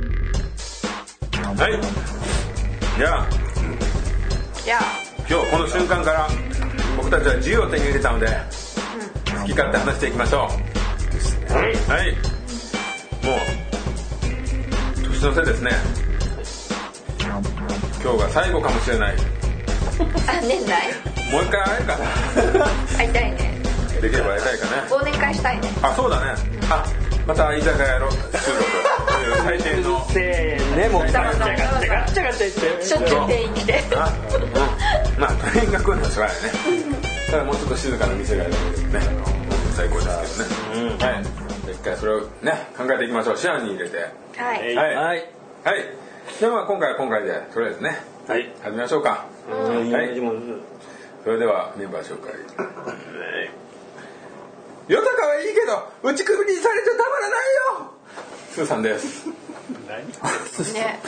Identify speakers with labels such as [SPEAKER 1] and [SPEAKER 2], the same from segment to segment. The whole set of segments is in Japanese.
[SPEAKER 1] はいじゃあ
[SPEAKER 2] じゃあ
[SPEAKER 1] 今日この瞬間から僕たちは自由を手に入れたので好き勝手話していきましょうはいもう年の瀬ですね今日が最後かもしれない
[SPEAKER 2] あ年内
[SPEAKER 1] もう一回会えるか
[SPEAKER 2] 会いたいね
[SPEAKER 1] なできれば会いたいかね
[SPEAKER 2] 忘年会したいね
[SPEAKER 1] あそうだねあまた居酒屋やろう収録という最低の
[SPEAKER 3] せーねもうガッチ
[SPEAKER 2] ガチ
[SPEAKER 3] ャ
[SPEAKER 2] ャガッ
[SPEAKER 3] ガチ
[SPEAKER 2] チ
[SPEAKER 3] ャ
[SPEAKER 2] ャ
[SPEAKER 3] ガ
[SPEAKER 2] ガ
[SPEAKER 3] ッチャガチャ言って
[SPEAKER 2] しょっちゅう店員来て
[SPEAKER 1] あうんまあ大変が来るのはしょうがないねただもうちょっと静かな店がいるんですね最高ですけどね、はいじゃあ一回それをね考えていきましょう視野に入れてはい
[SPEAKER 2] はい
[SPEAKER 1] はい
[SPEAKER 3] はい
[SPEAKER 1] ではまあ今回は今回でとりあえずね
[SPEAKER 3] はい
[SPEAKER 1] 始めましょうか
[SPEAKER 3] はいもう
[SPEAKER 1] それではメンバー紹介ヨタカはいいけど打ち首にされちゃたまらないよスーさんです
[SPEAKER 2] ね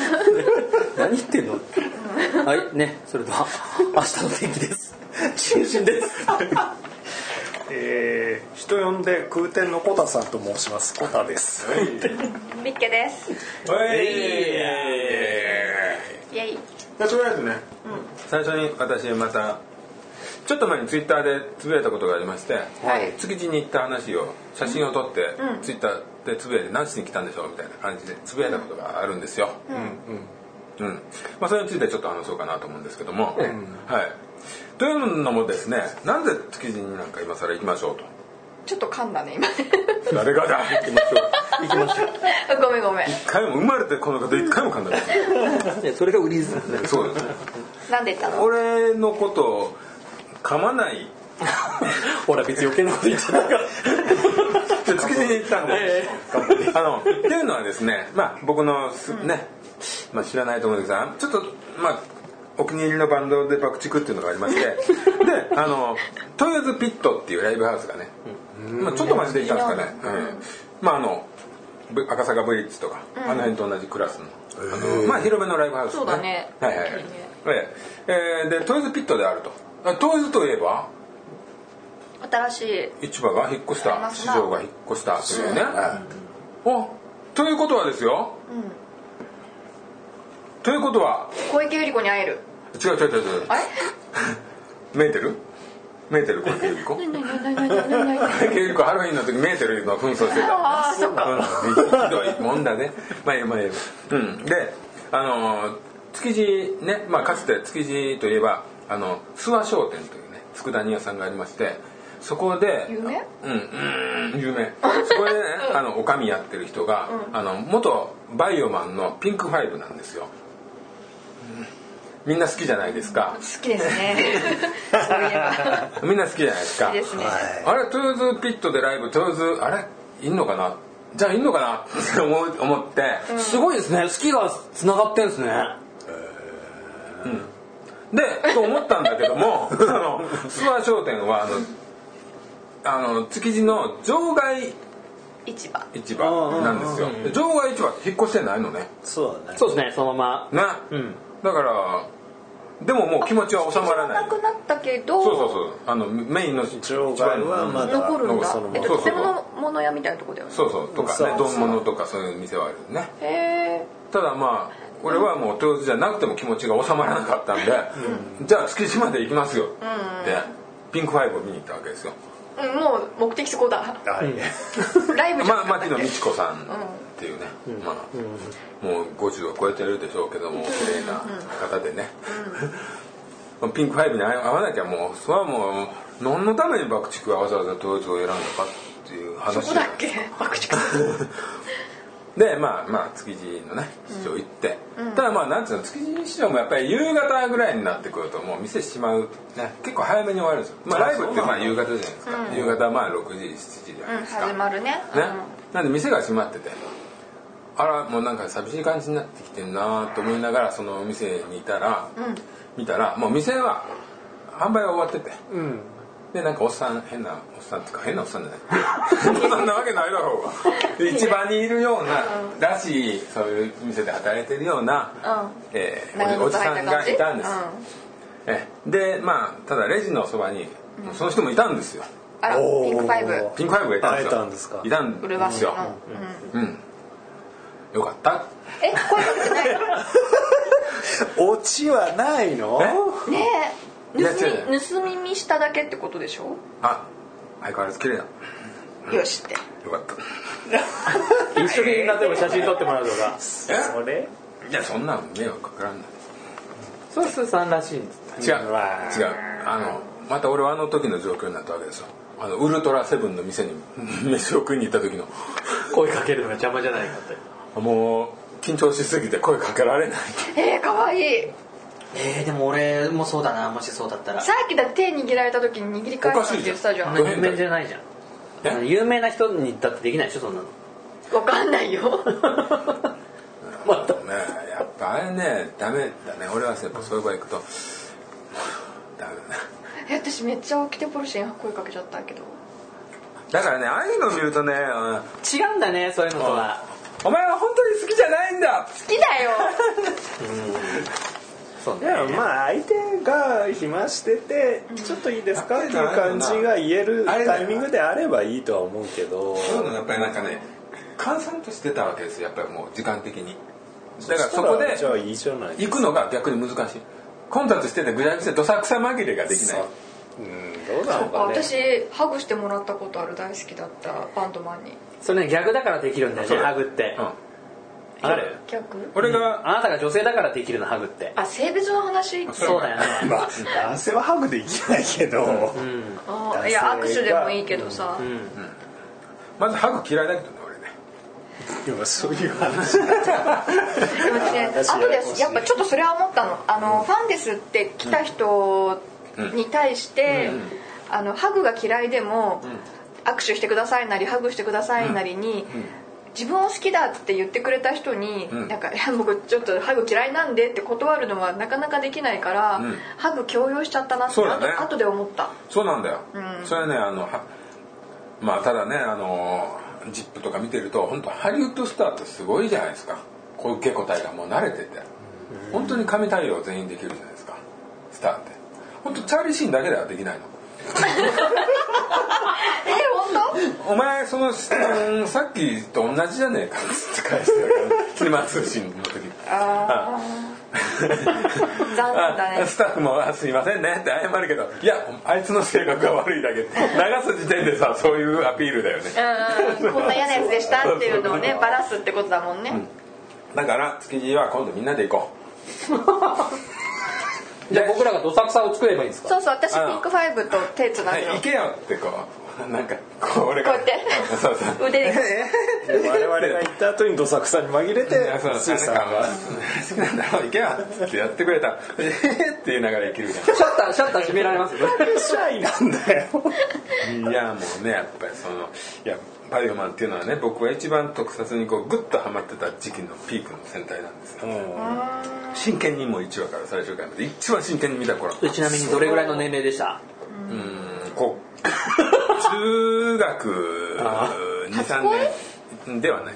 [SPEAKER 3] 何言ってんのはいねそれでは明日の天気です中心です
[SPEAKER 4] えー、人呼んで空天のコタさんと申しますコタです
[SPEAKER 2] みっけです
[SPEAKER 1] はい
[SPEAKER 2] イエイ
[SPEAKER 1] じゃあとりあえずね、最初に私またちょっと前にツイッターでつぶやいたことがありまして、
[SPEAKER 2] はい
[SPEAKER 1] 築地に行った話を写真を撮って、ツイッターでつぶやいて何しに来たんでしょうみたいな感じでつぶやいたことがあるんですよ。うんうんまあ、それについてちょっと話そうかなと思うんですけども、はい、というのもですねなんで築地になんか今更行きましょう
[SPEAKER 2] ちょっと噛んだね今
[SPEAKER 1] と誰がだ行きましょう
[SPEAKER 2] ごめんごめん
[SPEAKER 1] 一回も生まれてこの方一回も噛んだことない
[SPEAKER 3] ねそれが売りですね
[SPEAKER 1] そうですね
[SPEAKER 2] なんで言ったの
[SPEAKER 1] 俺のことを噛まない
[SPEAKER 3] ほら別に余計なこと言っちゃったから
[SPEAKER 1] で築地に行ったんで、あのっていうのはですね、まあ、僕のすね、まあ、知らないと思うんですがちょっとまあお気に入りのバンドで爆竹っていうのがありま してであのトイズピットっていうライブハウスがね、まあ、ちょっと前で行ったんですかね、うんまああのブ赤坂ブリッジとか、あの辺と同じクラスのあのまあ広めのライブハウス、
[SPEAKER 2] そうだね
[SPEAKER 1] はいはい、は
[SPEAKER 2] 本
[SPEAKER 1] いえーでトイズピットであるとあトイズといえば
[SPEAKER 2] 新しい
[SPEAKER 1] 市場が引っ越し
[SPEAKER 2] ありま
[SPEAKER 1] た市
[SPEAKER 2] すな
[SPEAKER 1] 場が引っ越したというね、おということはですよ、ということは
[SPEAKER 2] 小池百合子に会える
[SPEAKER 1] 違う違う違う違う
[SPEAKER 2] あれ
[SPEAKER 1] メーテルメーテル小池百合子小池百合子ハロウィンの時メーテルの紛争してた
[SPEAKER 2] ああそっか
[SPEAKER 1] うんひどいもんだねまあいいよまあいいようんであのー築地ね、まあ、かつて築地といえばあの諏訪商店というね佃煮屋さんがありましてそこで
[SPEAKER 2] 有名
[SPEAKER 1] うん、うん、有名そこでね、あのおかみやってる人が、あの元バイオマンのピンクファイブなんですよ、みんな好きじゃないですか
[SPEAKER 2] 好きですね そういえば
[SPEAKER 1] みんな好きじゃないです
[SPEAKER 2] 好
[SPEAKER 1] か
[SPEAKER 2] きですね
[SPEAKER 1] あれトゥーズピットでライブトゥーズあれいんのかなじゃあいんのかなって思う思って、
[SPEAKER 3] すごいですね好きが繋がってんですね
[SPEAKER 1] でと思ったんだけども あの諏訪商店はあのあの築地の場外
[SPEAKER 2] 市場
[SPEAKER 1] 市場なんですよで場外市場って引っ越してないのね
[SPEAKER 4] そうだね
[SPEAKER 3] そうですねそのま
[SPEAKER 1] ね、
[SPEAKER 3] ん
[SPEAKER 1] だからでももう気持ちは収まらない
[SPEAKER 2] なくなったけど
[SPEAKER 1] そうそうそうあのメインの一
[SPEAKER 4] 場外はまだ
[SPEAKER 2] 残るんだ
[SPEAKER 1] そのま
[SPEAKER 2] え
[SPEAKER 1] ま
[SPEAKER 2] っと建物物屋みたいなとこだよね
[SPEAKER 1] そうそうとかね丼物とかそういう店はあるよね
[SPEAKER 2] へえ
[SPEAKER 1] ただまあ俺はもう豊洲じゃなくても気持ちが収まらなかったんで、じゃあ築地まで行きますよ、でピンクファイブを見に行ったわけですよ
[SPEAKER 2] うんもう目的そこだ
[SPEAKER 4] はい、
[SPEAKER 2] ライブじゃ
[SPEAKER 1] ま
[SPEAKER 2] な
[SPEAKER 1] あ
[SPEAKER 2] かった
[SPEAKER 1] 牧野
[SPEAKER 2] っ
[SPEAKER 1] 美
[SPEAKER 2] け
[SPEAKER 1] 智子さんっていうね、まあ、もう50は超えてるでしょうけども綺麗な方でね、ピンクファイブに合わなきゃもうそれはもう何のために爆竹がわざわざ統一を選んだかっていう話
[SPEAKER 2] そこだっけ爆竹
[SPEAKER 1] でまあまあ築地のね市場行って、ただまあなんつうの築地市場もやっぱり夕方ぐらいになってくるともう店しまう、ね、結構早めに終わるんですよ、まあ、ライブってまあ夕方じゃないですか、夕方まあ6時7時じゃ
[SPEAKER 2] う
[SPEAKER 1] ない
[SPEAKER 2] ん
[SPEAKER 1] ですか、
[SPEAKER 2] 始まるね
[SPEAKER 1] ね、なんで店が閉まっててあらもうなんか寂しい感じになってきてんなと思いながらそのお店にいたら、見たらもう店は販売は終わってて、でなんかおっさん変なおっさんっていうか変なおっさんじゃないそんなわけないだろうが市場にいるようならしいそういう店で働いてるような、えー
[SPEAKER 2] 長
[SPEAKER 1] お
[SPEAKER 2] 靴
[SPEAKER 1] じ
[SPEAKER 2] 履
[SPEAKER 1] さ
[SPEAKER 2] い
[SPEAKER 1] ん
[SPEAKER 2] た感
[SPEAKER 1] が
[SPEAKER 2] じ
[SPEAKER 1] いたんです、ええでまあただレジのそばにその人もいたんですよ、
[SPEAKER 2] あら
[SPEAKER 4] おー
[SPEAKER 2] ピンクファイブ
[SPEAKER 1] ピンクファイブがいたんですよ
[SPEAKER 4] 会えたんですか
[SPEAKER 1] いたん
[SPEAKER 2] ウルバ
[SPEAKER 1] で
[SPEAKER 2] ス
[SPEAKER 1] す
[SPEAKER 2] の、
[SPEAKER 1] よ
[SPEAKER 2] うん、
[SPEAKER 1] うんよかった
[SPEAKER 2] え声かけてない
[SPEAKER 4] オチはないの
[SPEAKER 1] え
[SPEAKER 2] ねえ
[SPEAKER 1] い
[SPEAKER 2] 盗
[SPEAKER 1] や違う
[SPEAKER 2] み盗み見しただけってことでしょ
[SPEAKER 1] あ相変わらず綺麗だよ
[SPEAKER 2] よしって
[SPEAKER 1] かった
[SPEAKER 3] 一緒になっても写真撮ってもらうとか
[SPEAKER 4] それ
[SPEAKER 1] いやそんなん迷惑かからんない
[SPEAKER 3] そうするさんらしいんです
[SPEAKER 1] 違う違うあのまた俺はあの時の状況になったわけですよあのウルトラセブンの店に 飯を食いに行った時の
[SPEAKER 3] 声かけるのが邪魔じゃないかって
[SPEAKER 1] もう緊張しすぎて声かけられない
[SPEAKER 2] えー、かわいい
[SPEAKER 5] えー、でも俺もそうだなもしそうだったら
[SPEAKER 2] さっきだって手握られた時に握り返したって言ってたじゃ
[SPEAKER 1] お
[SPEAKER 2] ん
[SPEAKER 1] かしいじゃん
[SPEAKER 3] 有名じゃないじゃん
[SPEAKER 1] え
[SPEAKER 3] 有名な人にだってできないでしょそんなの
[SPEAKER 2] わかんないよ
[SPEAKER 3] また
[SPEAKER 1] もう ねやっぱあれねダメだね俺はやっぱそういう場合行くともうダメだね
[SPEAKER 2] え私めっちゃ起きてポルシェに声かけちゃったけど
[SPEAKER 1] だからねああいうの見るとねあ
[SPEAKER 3] 違うんだねそういうのとは
[SPEAKER 1] お前は本当に好きじゃないんだ
[SPEAKER 2] 好きだよ
[SPEAKER 3] そう
[SPEAKER 4] い
[SPEAKER 3] ね
[SPEAKER 4] やまあ相手が暇してて「ちょっといいですか?」っていう感じが言えるタイミングであればいいとは思うけど
[SPEAKER 1] そういうのやっぱりなんかね閑散としてたわけですよやっぱりもう時間的にだからそこで
[SPEAKER 4] じゃあいいじゃない
[SPEAKER 1] 行くのが逆に難しい混雑しててぐちゃぐちゃどさくさ紛れができない
[SPEAKER 4] うんどうなのかね
[SPEAKER 2] 私ハグしてもらったことある大好きだったバンドマンに
[SPEAKER 3] それね逆だからできるんだよね
[SPEAKER 1] そう
[SPEAKER 3] ハグって
[SPEAKER 1] うん
[SPEAKER 3] ある
[SPEAKER 2] 逆
[SPEAKER 1] 俺が
[SPEAKER 3] あなたが女性だからできるのハグって
[SPEAKER 2] あ性別の話
[SPEAKER 1] れ
[SPEAKER 3] そうだよね
[SPEAKER 4] まあ男性はハグできないけど
[SPEAKER 3] うん
[SPEAKER 2] あ
[SPEAKER 4] 男
[SPEAKER 2] ー
[SPEAKER 4] 性
[SPEAKER 2] いや握手でもいいけどさ、
[SPEAKER 3] うん
[SPEAKER 1] まずハグ嫌いだけどね俺ね
[SPEAKER 4] でもそういう話
[SPEAKER 2] でもね
[SPEAKER 4] あー
[SPEAKER 2] あとですやっぱちょっとそれは思ったのあの、ファンですって来た人に対して、あのハグが嫌いでも、握手してくださいなりハグしてくださいなりに、自分を好きだって言ってくれた人に、
[SPEAKER 1] ん
[SPEAKER 2] なんかいや僕ちょっとハグ嫌いなんでって断るのはなかなかできないから、
[SPEAKER 1] ん
[SPEAKER 2] ハグ強要しちゃったなって
[SPEAKER 1] そうだ
[SPEAKER 2] あと、
[SPEAKER 1] ね
[SPEAKER 2] 後で思った
[SPEAKER 1] そうなんだよ、
[SPEAKER 2] うん
[SPEAKER 1] それはねあのはまあただねあのジップとか見てると本当ハリウッドスターってすごいじゃないですかこういう受け答えがもう慣れてて本当に神対応全員できるじゃないですかスターって本当チャーリー・シーンだけではできないの
[SPEAKER 2] え
[SPEAKER 1] お
[SPEAKER 2] 本
[SPEAKER 1] 前その、うんさっきと同じじゃねえかっつって返してるからキリマ通信の時
[SPEAKER 2] 当ああ残念だ
[SPEAKER 1] あ
[SPEAKER 2] ね
[SPEAKER 1] スタッフもあ「すいませんね」って謝るけど「いやあいつの性格が悪いだけ」流す時点でさそういうアピールだよね
[SPEAKER 2] うん うんこんな嫌なやつでしたっていうのをねバラすってことだもんね、
[SPEAKER 1] だから築地は今度みんなで行こ
[SPEAKER 3] じゃあ僕らがどさくさを作ればいいんですか
[SPEAKER 2] そうそう私ピ
[SPEAKER 1] あの
[SPEAKER 2] ンクファイブと手つ
[SPEAKER 1] う、
[SPEAKER 2] な
[SPEAKER 1] は
[SPEAKER 2] ぐ
[SPEAKER 1] い、
[SPEAKER 2] の
[SPEAKER 1] 行けよってこうなんかこう俺が
[SPEAKER 2] こうやって
[SPEAKER 1] うんそうそう
[SPEAKER 2] 腕で
[SPEAKER 4] 我々が行った後にどさくさに紛れ
[SPEAKER 1] い
[SPEAKER 4] て
[SPEAKER 1] やそう
[SPEAKER 4] スーさん
[SPEAKER 1] なんか
[SPEAKER 4] が
[SPEAKER 1] 好きなんだろう行けよってやってくれた「えーって言いながら生きるじゃ
[SPEAKER 3] シャッターシャッター閉められ ますよ
[SPEAKER 4] シャイなんだよ
[SPEAKER 1] んいやもうねやっぱりそのいやバイオマンっていうのはね僕が一番特撮にこうグッとハマってた時期のピークの戦隊なんですよ、真剣にもう1話から最終回まで一番真剣に見た頃
[SPEAKER 3] ちなみにどれぐらいの年齢でした
[SPEAKER 1] こう中学23年ではない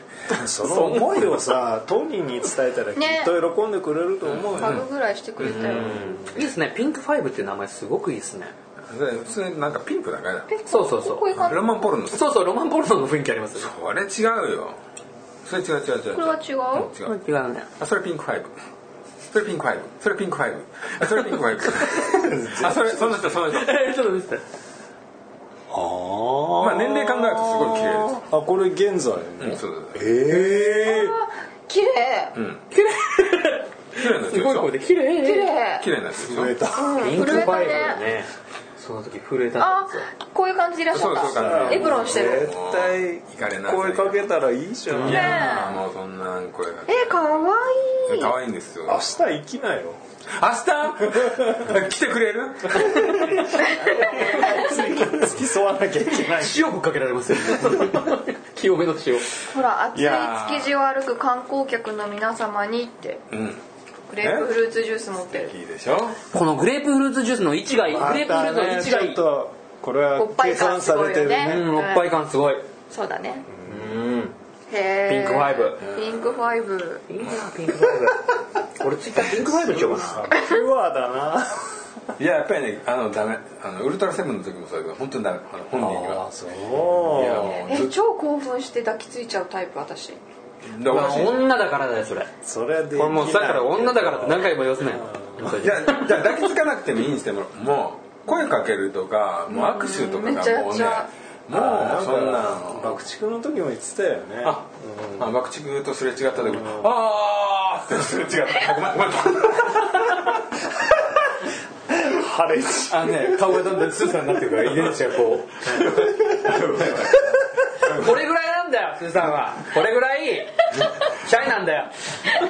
[SPEAKER 4] その思いを さ当人に伝えたらきっ
[SPEAKER 2] ね
[SPEAKER 4] と喜んでくれると思うよ
[SPEAKER 2] ハグぐらいしてくれたよ
[SPEAKER 3] いいですねピンクファイブっていう名前すごくいいですね
[SPEAKER 1] それ普通になんかピンクだから
[SPEAKER 3] そうそうそ
[SPEAKER 2] こういう
[SPEAKER 3] う
[SPEAKER 2] 感じ
[SPEAKER 1] ロマンポルノ
[SPEAKER 3] そうそうロマンポルノの雰囲気ありますよ
[SPEAKER 1] これ違うよそれ違う違う違う
[SPEAKER 2] これは違う
[SPEAKER 1] 違う
[SPEAKER 3] 違うね
[SPEAKER 1] あそれピンクファイブそれピンクファイブそれピンクファイブあそれピンク ファイブあそれその人その人
[SPEAKER 3] えちょっと見せて
[SPEAKER 4] あ
[SPEAKER 1] まあ年齢考えるとすごい綺麗で
[SPEAKER 4] あこれ現在
[SPEAKER 1] す、うん、
[SPEAKER 4] ね
[SPEAKER 1] そうだね
[SPEAKER 4] ええ
[SPEAKER 2] 綺麗
[SPEAKER 1] うん
[SPEAKER 3] 綺麗
[SPEAKER 1] 綺麗なやつです
[SPEAKER 3] ごい声
[SPEAKER 1] よ
[SPEAKER 3] で綺
[SPEAKER 2] 綺
[SPEAKER 3] 麗
[SPEAKER 2] 麗
[SPEAKER 1] 綺麗なやつでしょ
[SPEAKER 4] 増えた
[SPEAKER 3] ピ
[SPEAKER 2] う
[SPEAKER 3] ン
[SPEAKER 2] ん
[SPEAKER 3] ク
[SPEAKER 2] 震
[SPEAKER 3] フ
[SPEAKER 2] えた
[SPEAKER 3] ァイブだ
[SPEAKER 2] ね
[SPEAKER 3] ねその時震えたん
[SPEAKER 2] あ
[SPEAKER 3] ですよ
[SPEAKER 2] こういう感じでいらっしゃっ
[SPEAKER 1] そうそうそう
[SPEAKER 2] たエプロンしてる
[SPEAKER 4] 絶対
[SPEAKER 1] 行かれなさい
[SPEAKER 4] 声かけたらいいじゃん
[SPEAKER 1] い
[SPEAKER 4] 明
[SPEAKER 1] やーもうそんな声が
[SPEAKER 2] え可愛い
[SPEAKER 1] 可愛いんですよ
[SPEAKER 4] 日行きなよ
[SPEAKER 1] 明日 来てくれる
[SPEAKER 4] 付き添わなきゃいけない
[SPEAKER 3] 塩ぶっかけられますよ清めの塩
[SPEAKER 2] ほら暑
[SPEAKER 1] い
[SPEAKER 2] い
[SPEAKER 1] やー
[SPEAKER 2] 築地を歩く観光客の皆様にって
[SPEAKER 1] うん
[SPEAKER 2] グレープフルーツジュース持ってる
[SPEAKER 1] いいでしょ
[SPEAKER 3] このグレープフルーツジュースの位置がいいグレープフルー
[SPEAKER 4] ま
[SPEAKER 3] ツの位
[SPEAKER 4] たね
[SPEAKER 3] 置
[SPEAKER 4] ち
[SPEAKER 3] がい
[SPEAKER 4] ょっ
[SPEAKER 3] い
[SPEAKER 4] とこれは
[SPEAKER 2] おっぱ
[SPEAKER 4] 計
[SPEAKER 2] い感
[SPEAKER 4] 算
[SPEAKER 2] す
[SPEAKER 4] さ
[SPEAKER 2] ご
[SPEAKER 4] れ
[SPEAKER 2] い
[SPEAKER 4] て
[SPEAKER 2] よ
[SPEAKER 4] るね
[SPEAKER 2] ね
[SPEAKER 3] うんおっぱい感すごい
[SPEAKER 2] そうだね
[SPEAKER 3] うん
[SPEAKER 2] へ
[SPEAKER 1] ピンクファイブ
[SPEAKER 2] ブピンクファイブ
[SPEAKER 5] いいなピンクファイブ俺ツイッターピンクファイブにしようか
[SPEAKER 4] ピュアだない
[SPEAKER 1] ややっぱりねあのダメあのウルトラセブンの時もそうだけど本当にダメあの本人には
[SPEAKER 4] そう
[SPEAKER 1] いやもうず
[SPEAKER 2] え
[SPEAKER 1] っ
[SPEAKER 2] 超興奮して抱きついちゃうタイプ私
[SPEAKER 1] とだからおかしいじゃん
[SPEAKER 3] 女だからだよそれ
[SPEAKER 4] それはでき
[SPEAKER 3] こ
[SPEAKER 4] な
[SPEAKER 3] れ
[SPEAKER 4] い
[SPEAKER 3] もうだから女だからって何回も言わせない本当に
[SPEAKER 1] じゃあじゃあ抱きつかなくてもいいにしてももう声かけるとかもう握手とか
[SPEAKER 2] めっちゃ
[SPEAKER 1] がもう
[SPEAKER 2] やっち
[SPEAKER 1] ね
[SPEAKER 2] ゃ
[SPEAKER 1] もうそんなの
[SPEAKER 4] 爆竹の時も言ってたよね
[SPEAKER 1] ああ爆竹とすれ違った時「ああ!」ってすれ違ったあごめんごめん
[SPEAKER 4] 晴れち
[SPEAKER 3] あのね顔がだんだんスーさんになってくから遺伝子がこうこれぐらいなんだよスーさんはこれぐらいシャイなんだよ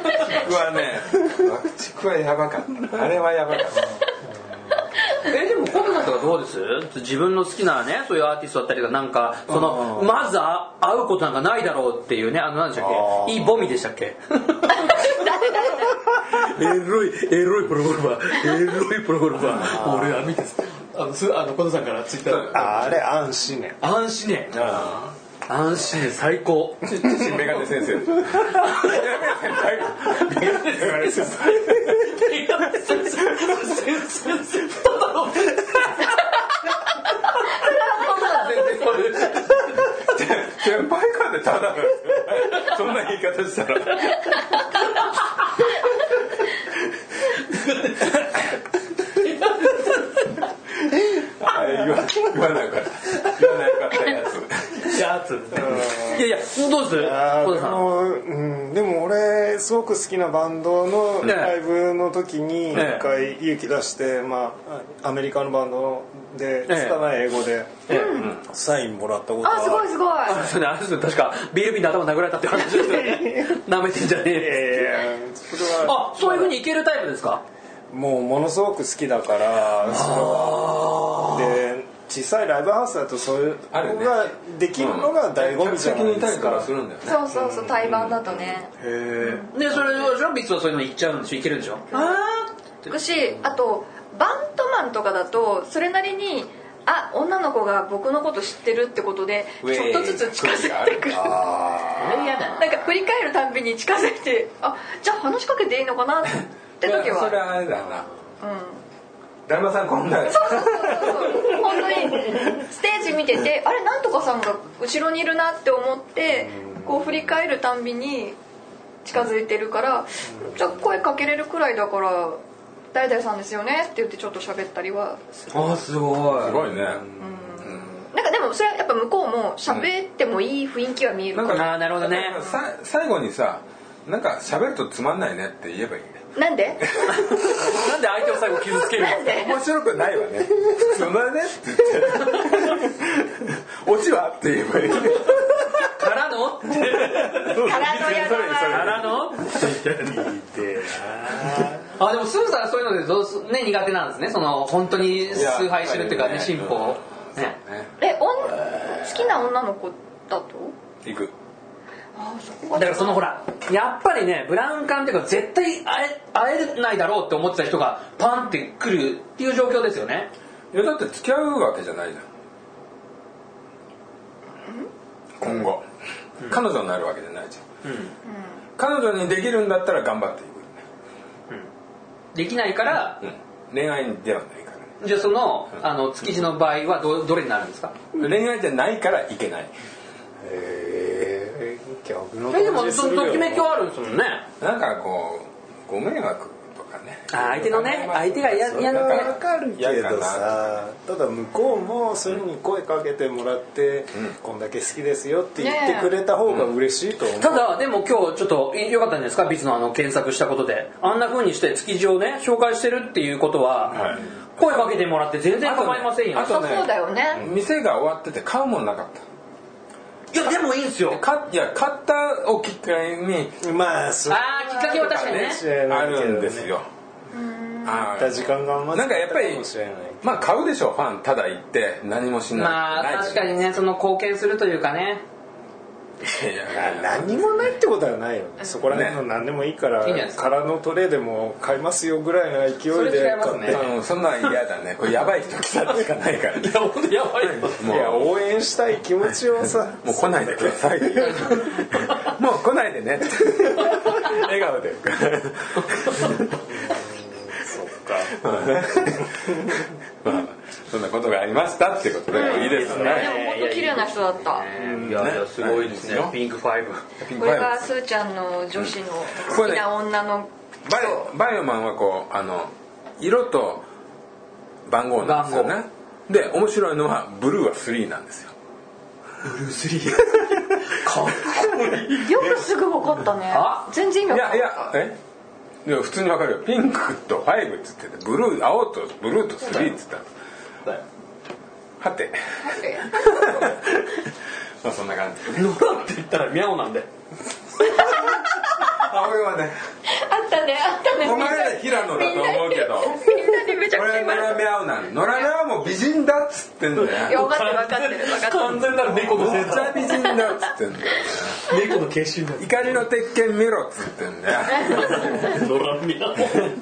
[SPEAKER 1] 爆竹はね爆竹はやばかったあれはやばかった
[SPEAKER 3] えでもコムさんとかどうです自分の好きなねそういうアーティストだったりとかなんかそのまずあ会うことなんかないだろうっていうねあの何でしたっけいいボミでしたっけエロいエロいプロゴルファーエロいプロゴルファー俺は見てあのすあのコトさんからツイッター
[SPEAKER 4] ゃあれ安心ね
[SPEAKER 3] 安心ね
[SPEAKER 1] あ
[SPEAKER 3] 安心ね最高
[SPEAKER 1] あ父メガネ先生先輩感でただのそんな言い方したらあ言わ言わなかった言わなかったやつ
[SPEAKER 3] シャツいやいやどうです
[SPEAKER 4] あー
[SPEAKER 3] コト
[SPEAKER 4] で
[SPEAKER 3] さん
[SPEAKER 4] も、うん、でも俺すごく好きなバンドの
[SPEAKER 3] ね
[SPEAKER 4] ライブの時に
[SPEAKER 3] ね
[SPEAKER 4] 一回勇気出して、まあ、アメリカのバンドで
[SPEAKER 3] ええ
[SPEAKER 4] 拙い英語で
[SPEAKER 3] え
[SPEAKER 4] サインもらったこと
[SPEAKER 2] あすご
[SPEAKER 4] い
[SPEAKER 2] いすごい
[SPEAKER 3] それあれですよ確かビール瓶で頭殴られたって話ですよね舐めてんじゃねえ
[SPEAKER 4] ええそれは
[SPEAKER 3] あそういうふうにいけるタイプですか
[SPEAKER 4] もうものすごく好きだからそれはで小さいライブハウスだとそういう
[SPEAKER 1] あるね
[SPEAKER 4] のができるのが醍醐味じゃないですか、
[SPEAKER 1] するんだよね
[SPEAKER 2] そうそうそう対バンだとね
[SPEAKER 3] でそれでしょビッツはそういうの行っちゃうんでしょいけるんでしょあ
[SPEAKER 2] だしあとバントマンとかだとそれなりにあ女の子が僕のこと知ってるってことでち
[SPEAKER 1] ウェイ
[SPEAKER 2] ょっとずつ近づいてくる
[SPEAKER 1] あ
[SPEAKER 5] な嫌だ
[SPEAKER 2] なんか振り返るたんびに近づいてあじゃあ話しかけていいのかなって時
[SPEAKER 1] それ
[SPEAKER 2] は
[SPEAKER 1] はあれだな
[SPEAKER 2] うん
[SPEAKER 1] だるまさんこんなの
[SPEAKER 2] そうそうそうそう本当にステージ見ててあれなんとかさんが後ろにいるなって思ってこう振り返るたんびに近づいてるからじゃあ声かけれるくらいだから「誰々さんですよね」って言ってちょっと喋ったりはする
[SPEAKER 3] あすごい
[SPEAKER 1] すごいね
[SPEAKER 2] なんかでもそれはやっぱ向こうも喋ってもいい雰囲気は見える
[SPEAKER 1] な
[SPEAKER 2] か
[SPEAKER 1] ん
[SPEAKER 2] ら
[SPEAKER 1] か
[SPEAKER 3] あーなるほどね
[SPEAKER 1] さ最後にさなんか喋るとつまんないねって言えばいいね
[SPEAKER 2] なんで
[SPEAKER 3] なんで相手を最後傷つけるの
[SPEAKER 2] なんで
[SPEAKER 1] 面白くないわね普通だねって言ってオチはって言えばいい
[SPEAKER 3] からの
[SPEAKER 2] 空の矢
[SPEAKER 3] か
[SPEAKER 2] 沢
[SPEAKER 3] らのあでもスーさんはそういうのでどうすね苦手なんですねその本当に崇拝してるっていうかね
[SPEAKER 1] いや
[SPEAKER 3] 進歩をね
[SPEAKER 2] えおん好きな女の子だと
[SPEAKER 1] 行く
[SPEAKER 3] だからそのほらやっぱりねブラウン管っていうか絶対会え会えないだろうって思ってた人がパンって来るっていう状況ですよね
[SPEAKER 1] いやだって付き合うわけじゃないじゃん今後、彼女になるわけじゃないじゃん、彼女にできるんだったら頑張っていくよね、
[SPEAKER 3] できないから
[SPEAKER 1] うん、恋愛ではないからね
[SPEAKER 3] じゃあそのあの築地の場合はどどれになるんですか
[SPEAKER 1] 恋愛じゃないからいけない
[SPEAKER 4] ええ逆の
[SPEAKER 3] えでも
[SPEAKER 4] 感じす
[SPEAKER 3] そ
[SPEAKER 4] る
[SPEAKER 3] の
[SPEAKER 4] よ
[SPEAKER 3] ときめきはあるんですもんね
[SPEAKER 1] なんかこうご迷惑とかね
[SPEAKER 3] あ相手のね相手が嫌
[SPEAKER 4] それ
[SPEAKER 3] 嫌な
[SPEAKER 4] は
[SPEAKER 3] の
[SPEAKER 4] わかるけどさただ向こうもそういうふうに声かけてもらって、こんだけ好きですよって言ってくれた方が嬉しいと思う、
[SPEAKER 3] ただでも今日ちょっと良かったんじゃないですかビツのあの検索したことであんな風にして築地をね紹介してるっていうことは、
[SPEAKER 1] はい
[SPEAKER 3] 声かけてもらって全然構いませんよ、
[SPEAKER 1] あと
[SPEAKER 2] そ
[SPEAKER 1] ね
[SPEAKER 2] うそうだよね
[SPEAKER 1] 店が終わってて買うもんなかった
[SPEAKER 3] いやでもいいんですよ
[SPEAKER 1] かいや買ったをきっかけに
[SPEAKER 4] まあそう
[SPEAKER 3] ああきっかけは確かにね
[SPEAKER 1] あるんですよあ
[SPEAKER 4] 行った
[SPEAKER 1] ー
[SPEAKER 4] 時間がま
[SPEAKER 1] なんかやっぱり
[SPEAKER 4] かもしれない
[SPEAKER 1] まあ買うでしょファンただ行って何もしない
[SPEAKER 3] まあ
[SPEAKER 1] ない
[SPEAKER 3] 確かにねその貢献するというかね
[SPEAKER 1] いやいやいや
[SPEAKER 4] 何にもないってことはないよねそこら辺の何でもいいから
[SPEAKER 3] いいんじゃないですか
[SPEAKER 4] 空のトレーでも買いますよぐらいの勢
[SPEAKER 3] そ
[SPEAKER 4] い
[SPEAKER 3] れ
[SPEAKER 4] で
[SPEAKER 3] 違いますね
[SPEAKER 1] あのそんなん嫌だねこれやばい人来たしかないから
[SPEAKER 3] いや本当やばいよ
[SPEAKER 4] いや
[SPEAKER 1] も
[SPEAKER 4] 応援したい気持ちをさ
[SPEAKER 1] うもう来ないでくださ いもう来ないでね笑顔で
[SPEAKER 4] そっか
[SPEAKER 1] まあねまあそんなことがありましたっていうことでいいです
[SPEAKER 3] いいです
[SPEAKER 1] ね
[SPEAKER 2] で
[SPEAKER 3] ね
[SPEAKER 2] も本当綺麗な人だった
[SPEAKER 3] いやいやすごいですね
[SPEAKER 1] ね
[SPEAKER 3] ピンクフ ァイブ
[SPEAKER 1] ピン
[SPEAKER 2] こ
[SPEAKER 1] クファ
[SPEAKER 2] れ
[SPEAKER 1] イブ
[SPEAKER 2] がすーちゃんの女子の
[SPEAKER 1] こ
[SPEAKER 2] 好
[SPEAKER 1] れ
[SPEAKER 2] き
[SPEAKER 1] ね
[SPEAKER 2] な女の
[SPEAKER 1] バイオバイオマンはこうあの色と番号なんですよ
[SPEAKER 3] 番
[SPEAKER 1] ねで面白いのはブルーは3なんですよ
[SPEAKER 2] よくすぐ分かったね
[SPEAKER 3] あ
[SPEAKER 2] 全然意
[SPEAKER 1] い
[SPEAKER 2] 味わ
[SPEAKER 1] や
[SPEAKER 2] か
[SPEAKER 1] い
[SPEAKER 2] んな
[SPEAKER 1] やえいや普通にわかるよピンクとファイブっつっててブルー青とブルーと3っつったのはて
[SPEAKER 2] くて
[SPEAKER 1] まあそんな感じ
[SPEAKER 3] 野良って言ったらミャオなんで
[SPEAKER 1] あ俺はね
[SPEAKER 2] あったねあったね
[SPEAKER 1] お前ら平野だと思うけど
[SPEAKER 2] みんなにめちゃくちゃ
[SPEAKER 1] 俺
[SPEAKER 2] 言わ
[SPEAKER 1] ノ
[SPEAKER 2] れ
[SPEAKER 1] ラミャオなんノラミャオも美人だっつってんだ
[SPEAKER 2] いや
[SPEAKER 1] よ
[SPEAKER 2] 分かってる分かってる分かってる
[SPEAKER 3] 完全なる猫の
[SPEAKER 1] め
[SPEAKER 3] せ
[SPEAKER 1] っ
[SPEAKER 3] い
[SPEAKER 1] ちゃ美人だっつってんだよ
[SPEAKER 3] 猫の化身だ
[SPEAKER 1] 怒りの鉄拳見ろっつってんだよ
[SPEAKER 3] 野良ミャ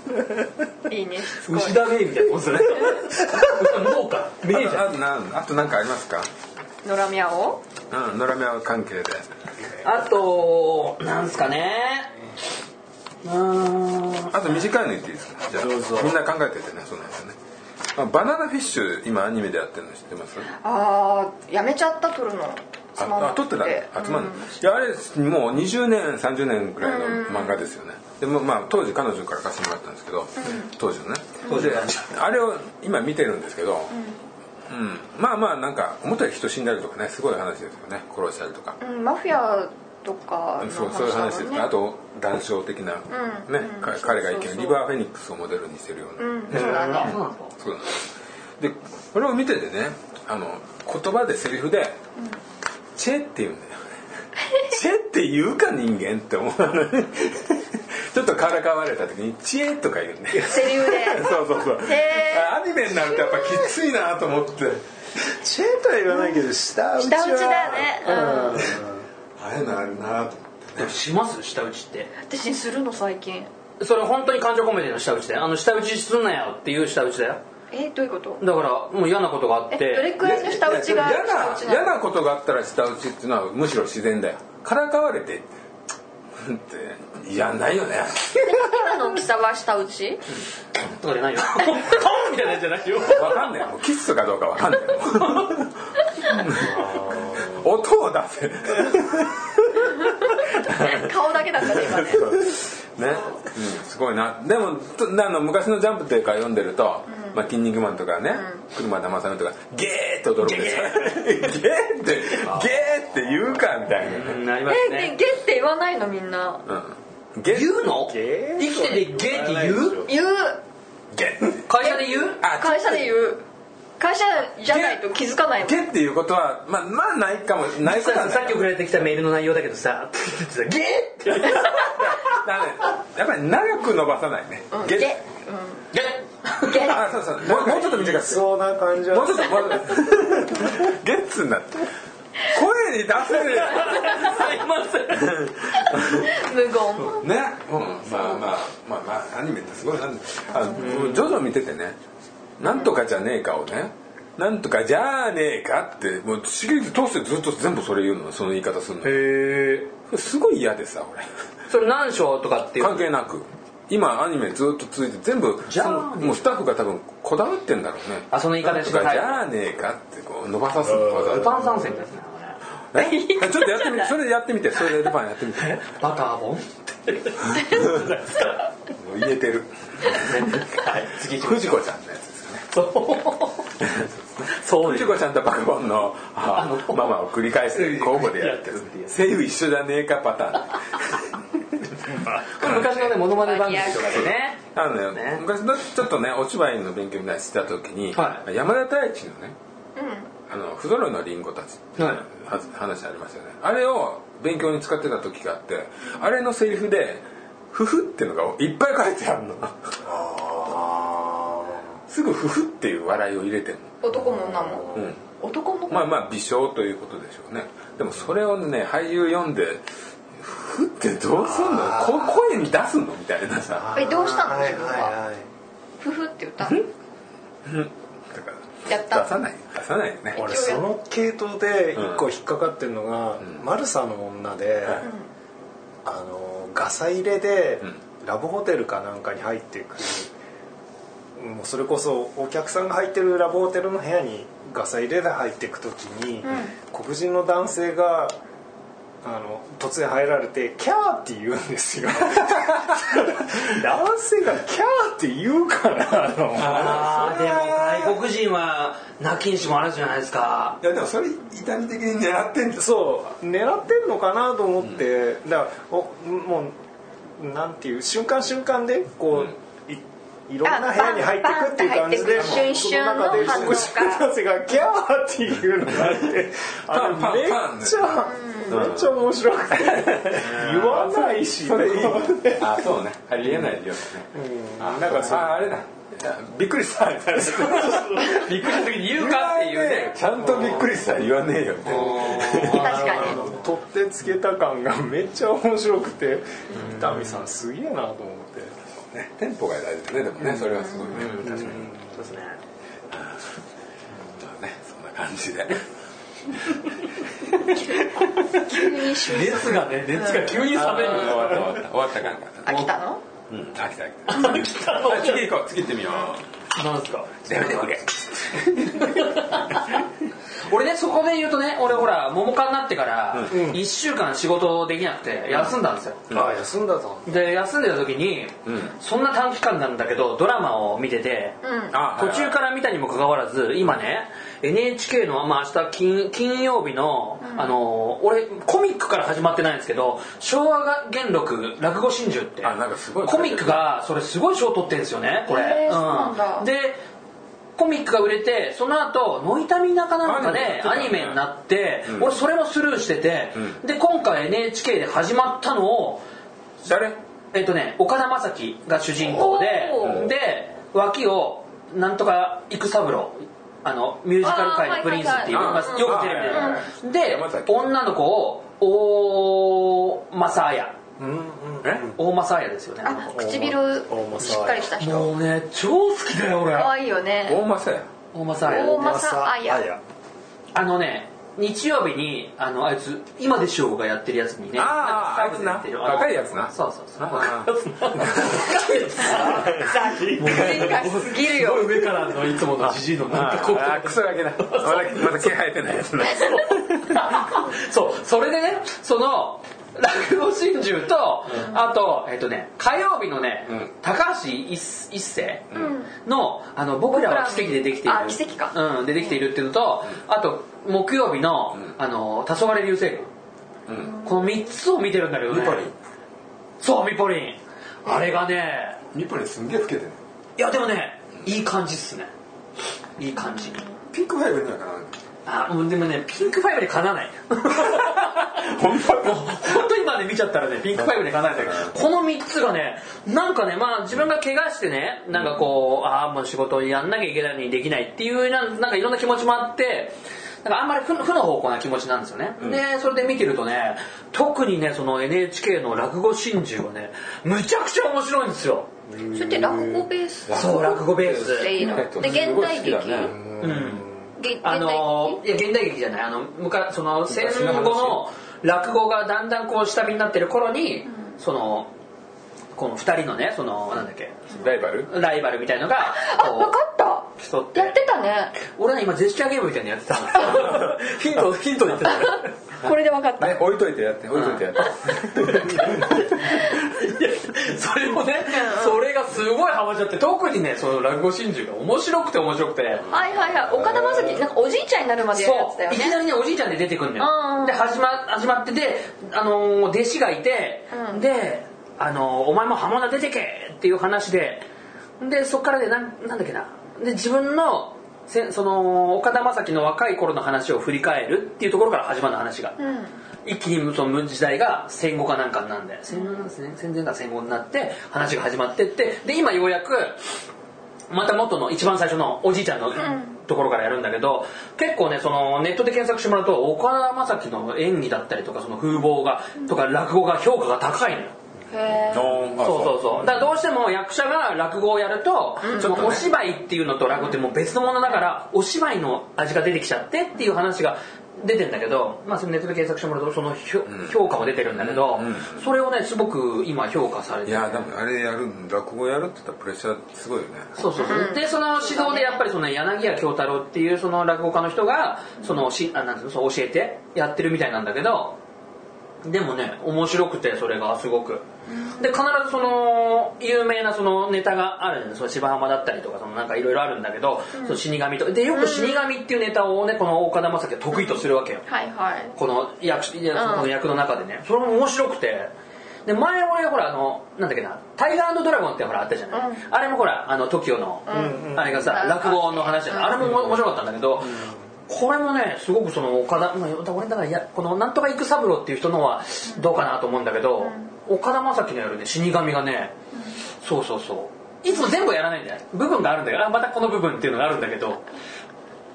[SPEAKER 2] いいねしつ
[SPEAKER 3] オ
[SPEAKER 2] こい
[SPEAKER 3] 牛田メイみたいなもんですね脳かメイじゃん
[SPEAKER 1] あとなんあとなんかありますか
[SPEAKER 2] 野良ミャオ
[SPEAKER 1] うん、野良目関係で。
[SPEAKER 3] あと、なんすかね。うーん。
[SPEAKER 1] あと短いの言っていいですか。じゃあ、
[SPEAKER 3] どうぞ
[SPEAKER 1] みんな考えててね、そうなんですよね。あバナナフィッシュ、今アニメでやってるの知ってます。
[SPEAKER 2] あーやめちゃった撮るのつまん
[SPEAKER 1] あ、
[SPEAKER 2] な
[SPEAKER 1] あ
[SPEAKER 2] く
[SPEAKER 1] 撮ってた。あ、つまんない。いや、あれ、もう20年、30年くらいの漫画ですよね。でも、まあ、当時彼女から貸してもらったんですけど、当時のね。
[SPEAKER 3] 当時
[SPEAKER 1] で
[SPEAKER 3] の、
[SPEAKER 1] あれを今見てるんですけど。うん、まあまあなんか思ったより人死んだりとかねすごい話ですよね殺したりとか、
[SPEAKER 2] うんマフィアとかの話だ
[SPEAKER 1] そ
[SPEAKER 2] も
[SPEAKER 1] うんそういう話ですね
[SPEAKER 2] ね
[SPEAKER 1] あと談笑的な、
[SPEAKER 2] うん
[SPEAKER 1] ね
[SPEAKER 2] うん
[SPEAKER 1] か
[SPEAKER 2] そうそうそう
[SPEAKER 1] 彼が生きるリバー・フェニックスをモデルにしてるような、
[SPEAKER 2] うんそうだね
[SPEAKER 5] そうなんですか
[SPEAKER 1] そうなんですでこれを見ててねあの言葉でセリフで「チェ」って言うんだよね 「チェ」って言うか人間って思うのに ちょっとからかわれた時に「チェ」とか言うんだよ
[SPEAKER 2] セリフで
[SPEAKER 1] そうそうそう
[SPEAKER 2] へー
[SPEAKER 1] あアニメになるとやっぱきついなと思って
[SPEAKER 4] チェーンとは言わないけど下打ちは
[SPEAKER 2] 下打ちだよね
[SPEAKER 1] あれなるなと
[SPEAKER 3] します下打ちって。
[SPEAKER 2] 私するの最近
[SPEAKER 3] それ本当に感情込めての下打ちだよ。あの、下打ちすんなよっていう下打ちだよ。
[SPEAKER 2] えどういうこと
[SPEAKER 3] だから、もう嫌なことがあっ
[SPEAKER 2] え
[SPEAKER 3] て。
[SPEAKER 2] どれくらいの下打ちが
[SPEAKER 1] 嫌
[SPEAKER 2] 下打
[SPEAKER 1] な
[SPEAKER 2] ち
[SPEAKER 1] 嫌
[SPEAKER 2] なの
[SPEAKER 1] なことがあったら下打ちっていうのはむしろ自然だよからかわれて 「うんっていやないよね
[SPEAKER 2] 今の大きさは下打ち
[SPEAKER 3] とかじ ゃないよ。ポンみたいなやつじゃないよ。
[SPEAKER 1] わかんないもうキッスかどうかわかんないもう音を出せ
[SPEAKER 2] 顔だけだったね今ね
[SPEAKER 1] ね、うん、すごいなでもとあの昔の「ジャンプ」っていうか読んでると「まあ、筋肉マン」とかね「車田正美」とか「ゲー!」って驚くんですよゲーって「ゲー!」って言うかみたいなね、
[SPEAKER 3] なります
[SPEAKER 2] えで
[SPEAKER 3] ね。
[SPEAKER 2] ゲって言わないのみんな
[SPEAKER 1] うん、ゲ
[SPEAKER 3] 言
[SPEAKER 1] ー
[SPEAKER 3] うの
[SPEAKER 4] ゲ
[SPEAKER 3] 生
[SPEAKER 4] ー
[SPEAKER 3] きててゲーって言う
[SPEAKER 2] 言う
[SPEAKER 1] ゲー
[SPEAKER 3] 会社で言う
[SPEAKER 1] あ
[SPEAKER 2] 会社で言う会社じゃないと気づかないもん
[SPEAKER 1] ゲっていうことはまあまあないかもないこと
[SPEAKER 5] さ
[SPEAKER 1] はな
[SPEAKER 5] さっ
[SPEAKER 1] い
[SPEAKER 5] き送られてきたメールの内容だけど さって言ってたゲーって
[SPEAKER 1] だからねやっぱり長く伸ばさないね、
[SPEAKER 2] うん
[SPEAKER 1] ゲ
[SPEAKER 2] ゲ
[SPEAKER 1] ッ
[SPEAKER 2] うん
[SPEAKER 3] ゲ
[SPEAKER 2] ゲ
[SPEAKER 1] あそうそうもうもうちょっと短くして
[SPEAKER 4] そうな感じ
[SPEAKER 1] もう
[SPEAKER 4] は
[SPEAKER 1] ちょっともうちょっとゲッツになって声に出せる
[SPEAKER 3] すいません。
[SPEAKER 2] 無言
[SPEAKER 1] ね、うん、まあまあまあまあアニメってすごいなんあの徐々に見ててね「なんとかじゃねえか」をね「なんとかじゃねえか」ってもうシリーズ通してずっと全部それ言うのその言い方するの
[SPEAKER 3] へ
[SPEAKER 1] すごい嫌でさ俺
[SPEAKER 3] それ何章とかっていう
[SPEAKER 1] 関係なく今アニメずっと続いて全部
[SPEAKER 3] じゃあ
[SPEAKER 1] そのもうスタッフが多分こだわってんだろうね
[SPEAKER 3] あその言い方
[SPEAKER 1] なん
[SPEAKER 3] し
[SPEAKER 1] と
[SPEAKER 3] て
[SPEAKER 1] か
[SPEAKER 3] はい
[SPEAKER 1] じゃあねえかってこう伸ばさすのわざ
[SPEAKER 3] ル
[SPEAKER 1] わ
[SPEAKER 3] パン三世みたいですね。これ
[SPEAKER 1] ざ えちょっとやってみてそれやってみてそれでルパンやってみて
[SPEAKER 3] バカーボン
[SPEAKER 1] もう言えてる
[SPEAKER 3] はい、次行きまし
[SPEAKER 1] 藤子ちゃんのやつですかね
[SPEAKER 3] ょう。そうで
[SPEAKER 1] 藤
[SPEAKER 3] す。
[SPEAKER 1] 子ちゃんとバカボンのあママを繰り返して交互でやってるっていう声優一緒じゃねえかパタ
[SPEAKER 3] これ昔のね、モノマネ番組とかでね。
[SPEAKER 1] ーンあのね
[SPEAKER 3] ね
[SPEAKER 1] 昔のちょっとねお芝居の勉強みたいにしてた時に、
[SPEAKER 3] は
[SPEAKER 1] 山田太一のね
[SPEAKER 2] うん
[SPEAKER 1] あの不揃いのリンゴたち
[SPEAKER 3] はい。
[SPEAKER 1] は話ありましたよねあれを勉強に使ってた時があってあれのセリフで「ふふ」ってのがいっぱい書いてあるのすぐ「ふふ」っていう笑いを入れてる
[SPEAKER 2] 男も女も
[SPEAKER 1] の、うん、
[SPEAKER 2] 男も
[SPEAKER 1] まあまあ微笑ということでしょうねでもそれをね俳優読んでふってどうすんのこ声に出すのみたいなさ
[SPEAKER 2] えどうしたの
[SPEAKER 4] はい
[SPEAKER 2] 自分は
[SPEAKER 4] はい
[SPEAKER 2] ふふって言ったの
[SPEAKER 1] だか
[SPEAKER 2] やった
[SPEAKER 1] ら出さない出さないよね
[SPEAKER 4] はい俺その系統で一個引っかかってるのが
[SPEAKER 1] ん
[SPEAKER 4] 「マルサの女」で
[SPEAKER 1] はい
[SPEAKER 4] あのガサ入れで
[SPEAKER 1] う
[SPEAKER 4] ラブホテルかなんかに入っていくもうそれこそお客さんが入ってるラブホテルの部屋にガサ入れで入っていく時に
[SPEAKER 2] うん
[SPEAKER 4] 黒人の男性があの突然入られて「キャー」って言うんで すよ男性が「キャー」って言うからあの
[SPEAKER 5] あーでも外国人は泣きにしもあるじゃないですか
[SPEAKER 1] いやでもそれ痛み的に狙ってんじゃん
[SPEAKER 4] そう狙ってんのかなと思って、だからおもうなんていう瞬間瞬間でこう、いいろんな部屋に入ってくっていう感じで
[SPEAKER 2] あパンパンって入ってく瞬々
[SPEAKER 4] その中で
[SPEAKER 2] の反応が
[SPEAKER 4] 瞬間がギャーっていうのがあって
[SPEAKER 1] パンパン
[SPEAKER 4] あれめっ
[SPEAKER 1] パンね
[SPEAKER 4] ちゃ、めっちゃ面白くて言わないし
[SPEAKER 1] それいい
[SPEAKER 4] と思って
[SPEAKER 1] あそうねありえないよね
[SPEAKER 4] うん
[SPEAKER 1] あ
[SPEAKER 4] なんかそう
[SPEAKER 1] ああれだびっくりしたみたいな
[SPEAKER 3] びっくりした時に言うかっていうね
[SPEAKER 1] ちゃんとびっくりした言わねえよみたいな
[SPEAKER 2] 確かに
[SPEAKER 4] 取ってつけた感がめっちゃ面白くて伊丹さんすげえなと思って。
[SPEAKER 1] ねテンポが大事だねでもねそれはすごいね
[SPEAKER 3] うん確かにそうですね
[SPEAKER 1] まあねそんな感じで
[SPEAKER 3] 熱がね熱が急に冷め
[SPEAKER 1] 終
[SPEAKER 3] る
[SPEAKER 1] わった終わった終わったかな
[SPEAKER 2] 飽きたの
[SPEAKER 1] うん飽きた飽きたはい次行こう次行ってみよう
[SPEAKER 3] なんですか
[SPEAKER 1] やめてくれ
[SPEAKER 3] 俺ねそこで言うとね俺ほら桃花になってから1週間仕事できなくて休んだんですよ
[SPEAKER 4] あ休んだと
[SPEAKER 3] で休んでた時に、
[SPEAKER 1] うん
[SPEAKER 3] そんな短期間なんだけどドラマを見てて、
[SPEAKER 2] うん
[SPEAKER 1] あ
[SPEAKER 3] 途中から見たにもかかわらず今ね NHK の、まあ、明日金金曜日の、あの俺コミックから始まってないんですけど昭和が元禄落語真珠って
[SPEAKER 1] あなんかすごい
[SPEAKER 3] コミックがそれすごい賞取ってるんですよねこれ、
[SPEAKER 2] へーそうなんだ
[SPEAKER 3] でコミックが売れてその後ノイタミナかなんかでア
[SPEAKER 1] ア
[SPEAKER 3] ニ
[SPEAKER 1] ニ
[SPEAKER 3] メ
[SPEAKER 1] メ
[SPEAKER 3] に
[SPEAKER 1] やってたよねうん
[SPEAKER 3] なって、俺それもスルーしてて、
[SPEAKER 1] う
[SPEAKER 3] で今回 NHK で始まったのを
[SPEAKER 1] 誰
[SPEAKER 3] えっとね岡田将生が主人公
[SPEAKER 2] お
[SPEAKER 3] で
[SPEAKER 2] ー
[SPEAKER 3] で脇をなんとか育三郎あのミュージカル界のプリンスっていう
[SPEAKER 1] あー
[SPEAKER 3] ま
[SPEAKER 1] はい
[SPEAKER 3] あ
[SPEAKER 1] はいはい
[SPEAKER 3] よくテレビでやる
[SPEAKER 1] うん
[SPEAKER 3] で
[SPEAKER 1] 山崎
[SPEAKER 3] 女の子を大正綾
[SPEAKER 1] え
[SPEAKER 3] 大正綾ですよね
[SPEAKER 2] あ唇しっかりした人
[SPEAKER 3] もうね超好きだよ俺
[SPEAKER 2] 可愛いよね
[SPEAKER 1] 大政や
[SPEAKER 3] 大正
[SPEAKER 2] 大
[SPEAKER 3] 綾
[SPEAKER 2] 政綾
[SPEAKER 3] あのね日曜日にあのあいつ今でしょうがやってるやつにね
[SPEAKER 1] あー
[SPEAKER 3] なんかサブで出てる
[SPEAKER 1] あいつな若いやつな
[SPEAKER 3] そうそうそう
[SPEAKER 1] あー
[SPEAKER 3] 若いやつな 若 いやつな
[SPEAKER 2] 変化しすぎるよ
[SPEAKER 3] 上からのいつものじじいのなんかこう
[SPEAKER 1] あクソだけだまだまだ気配出ないやつな
[SPEAKER 3] そうそれでねその落語真珠と、あとえっとね火曜日のね、
[SPEAKER 1] うん
[SPEAKER 3] 高橋一一生
[SPEAKER 2] うん
[SPEAKER 3] の「あの僕らは奇跡でできている」
[SPEAKER 2] あ奇跡か
[SPEAKER 3] うん、でできているっていうのと、あと木曜日の「あの黄昏流星群」
[SPEAKER 1] うん
[SPEAKER 3] この3つを見てるんだけどね
[SPEAKER 1] ミポリン
[SPEAKER 3] そうミポリンあれがね
[SPEAKER 1] ニポリンすんげえ老けてる
[SPEAKER 3] いやでもねいい感じっすねいい感じ
[SPEAKER 1] ピンクファイブにはかな
[SPEAKER 3] あもうでもねピンクファイブでかなわない
[SPEAKER 1] 本当
[SPEAKER 3] もう本当に今ね見ちゃったらねピンクファイブでかなわないんだけどこの3つがねなんかねまあ自分が怪我してねなんかこうああもう仕事やんなきゃいけないのにできないっていうなんなんかいろんな気持ちもあってなんかあんまり負負の方向な気持ちなんですよね、でそれで見てるとね特にねその NHK の落語真珠はねむちゃくちゃ面白いんですよ
[SPEAKER 2] それって落語ベース
[SPEAKER 3] そう落語ベース
[SPEAKER 2] でいいので現代劇
[SPEAKER 1] ね
[SPEAKER 3] うん
[SPEAKER 2] げ現
[SPEAKER 3] あ
[SPEAKER 2] 代
[SPEAKER 3] の
[SPEAKER 2] 劇
[SPEAKER 3] いや現代劇じゃないあの昔その戦
[SPEAKER 1] 昔の
[SPEAKER 3] 後
[SPEAKER 1] 話
[SPEAKER 3] の落語がだんだんこう下火になってる頃に、そのこの2人のねそのなんだっけ
[SPEAKER 1] ライバル
[SPEAKER 3] ライバルみたいのが
[SPEAKER 2] あ
[SPEAKER 3] こ
[SPEAKER 2] 分かっ
[SPEAKER 3] う競った
[SPEAKER 2] や
[SPEAKER 3] て
[SPEAKER 2] ってたね
[SPEAKER 3] 俺は今ジェスチャーゲームみたいなのやってたんですよ ヒントヒントで言ってた俺
[SPEAKER 2] これで分かった
[SPEAKER 1] ね置いといてやって置いといてやって
[SPEAKER 3] それもねそれがすごいハマっちゃって特にねその落語真珠が面白くて面白くて
[SPEAKER 2] はいはいはい岡田将生なんかおじいちゃんになるまでやるやつだよ
[SPEAKER 3] そういき
[SPEAKER 2] ね
[SPEAKER 3] なりねおじいちゃんで出てくるの
[SPEAKER 2] うんう
[SPEAKER 3] よ
[SPEAKER 2] ん
[SPEAKER 3] で始ま始まってで、あのー弟子がいて、
[SPEAKER 2] うん
[SPEAKER 3] で、あのーお前も浜田出てけ!」っていう話ででそっからでなんなんだっけなで自分のせその岡田将生の若い頃の話を振り返るっていうところから始まる話が、
[SPEAKER 2] うん
[SPEAKER 3] 一気にその時代が戦後かなんかになんで戦後なんですね戦前か戦後になって話が始まってってで今ようやくまた元の一番最初のおじいちゃんのところからやるんだけど、結構ねそのネットで検索してもらうと岡田将生の演技だったりとかその風貌がとか落語が評価が高いのよ
[SPEAKER 2] へー
[SPEAKER 3] そうそうそうだからどうしても役者が落語をやると、そのお芝居っていうのと落語ってもう別のものだからお芝居の味が出てきちゃってっていう話が出てんだけど、まあ、そのネットで検索してもらうとその評,、価も出てるんだけど、それをねすごく今評価されて
[SPEAKER 1] いやでもあれやるん落語やるって言ったらプレッシャーすごいよね
[SPEAKER 3] そうそうそう、でその指導でやっぱりその柳家京太郎っていうその落語家の人がそのしあなんていうのそう教えてやってるみたいなんだけどでもね面白くてそれがすごく、で必ずその有名なそのネタがあるんですよ芝浜だったりとかそのなんかいろいろあるんだけど、その死神とでよく死神っていうネタをねこの岡田将生は得意とするわけよ、
[SPEAKER 2] はいはい
[SPEAKER 3] この役いや
[SPEAKER 2] うん
[SPEAKER 3] この役の中でねそれも面白くてで前俺ほらあのなんだっけな「タイガードラゴン」ってほらあったじゃない、
[SPEAKER 2] うん
[SPEAKER 3] あれもほらあの TOKIO の、
[SPEAKER 4] ん
[SPEAKER 3] あれがさ
[SPEAKER 2] うん
[SPEAKER 3] 落語の話じゃない、あれも面白かったんだけど、これもねすごくその岡田まあ俺だからいやこのなんとか育三郎っていう人のはどうかなと思うんだけど、岡田将生のやるね死神がね、そうそうそういつも全部やらないんだよ部分があるんだよあまたこの部分っていうのがあるんだけど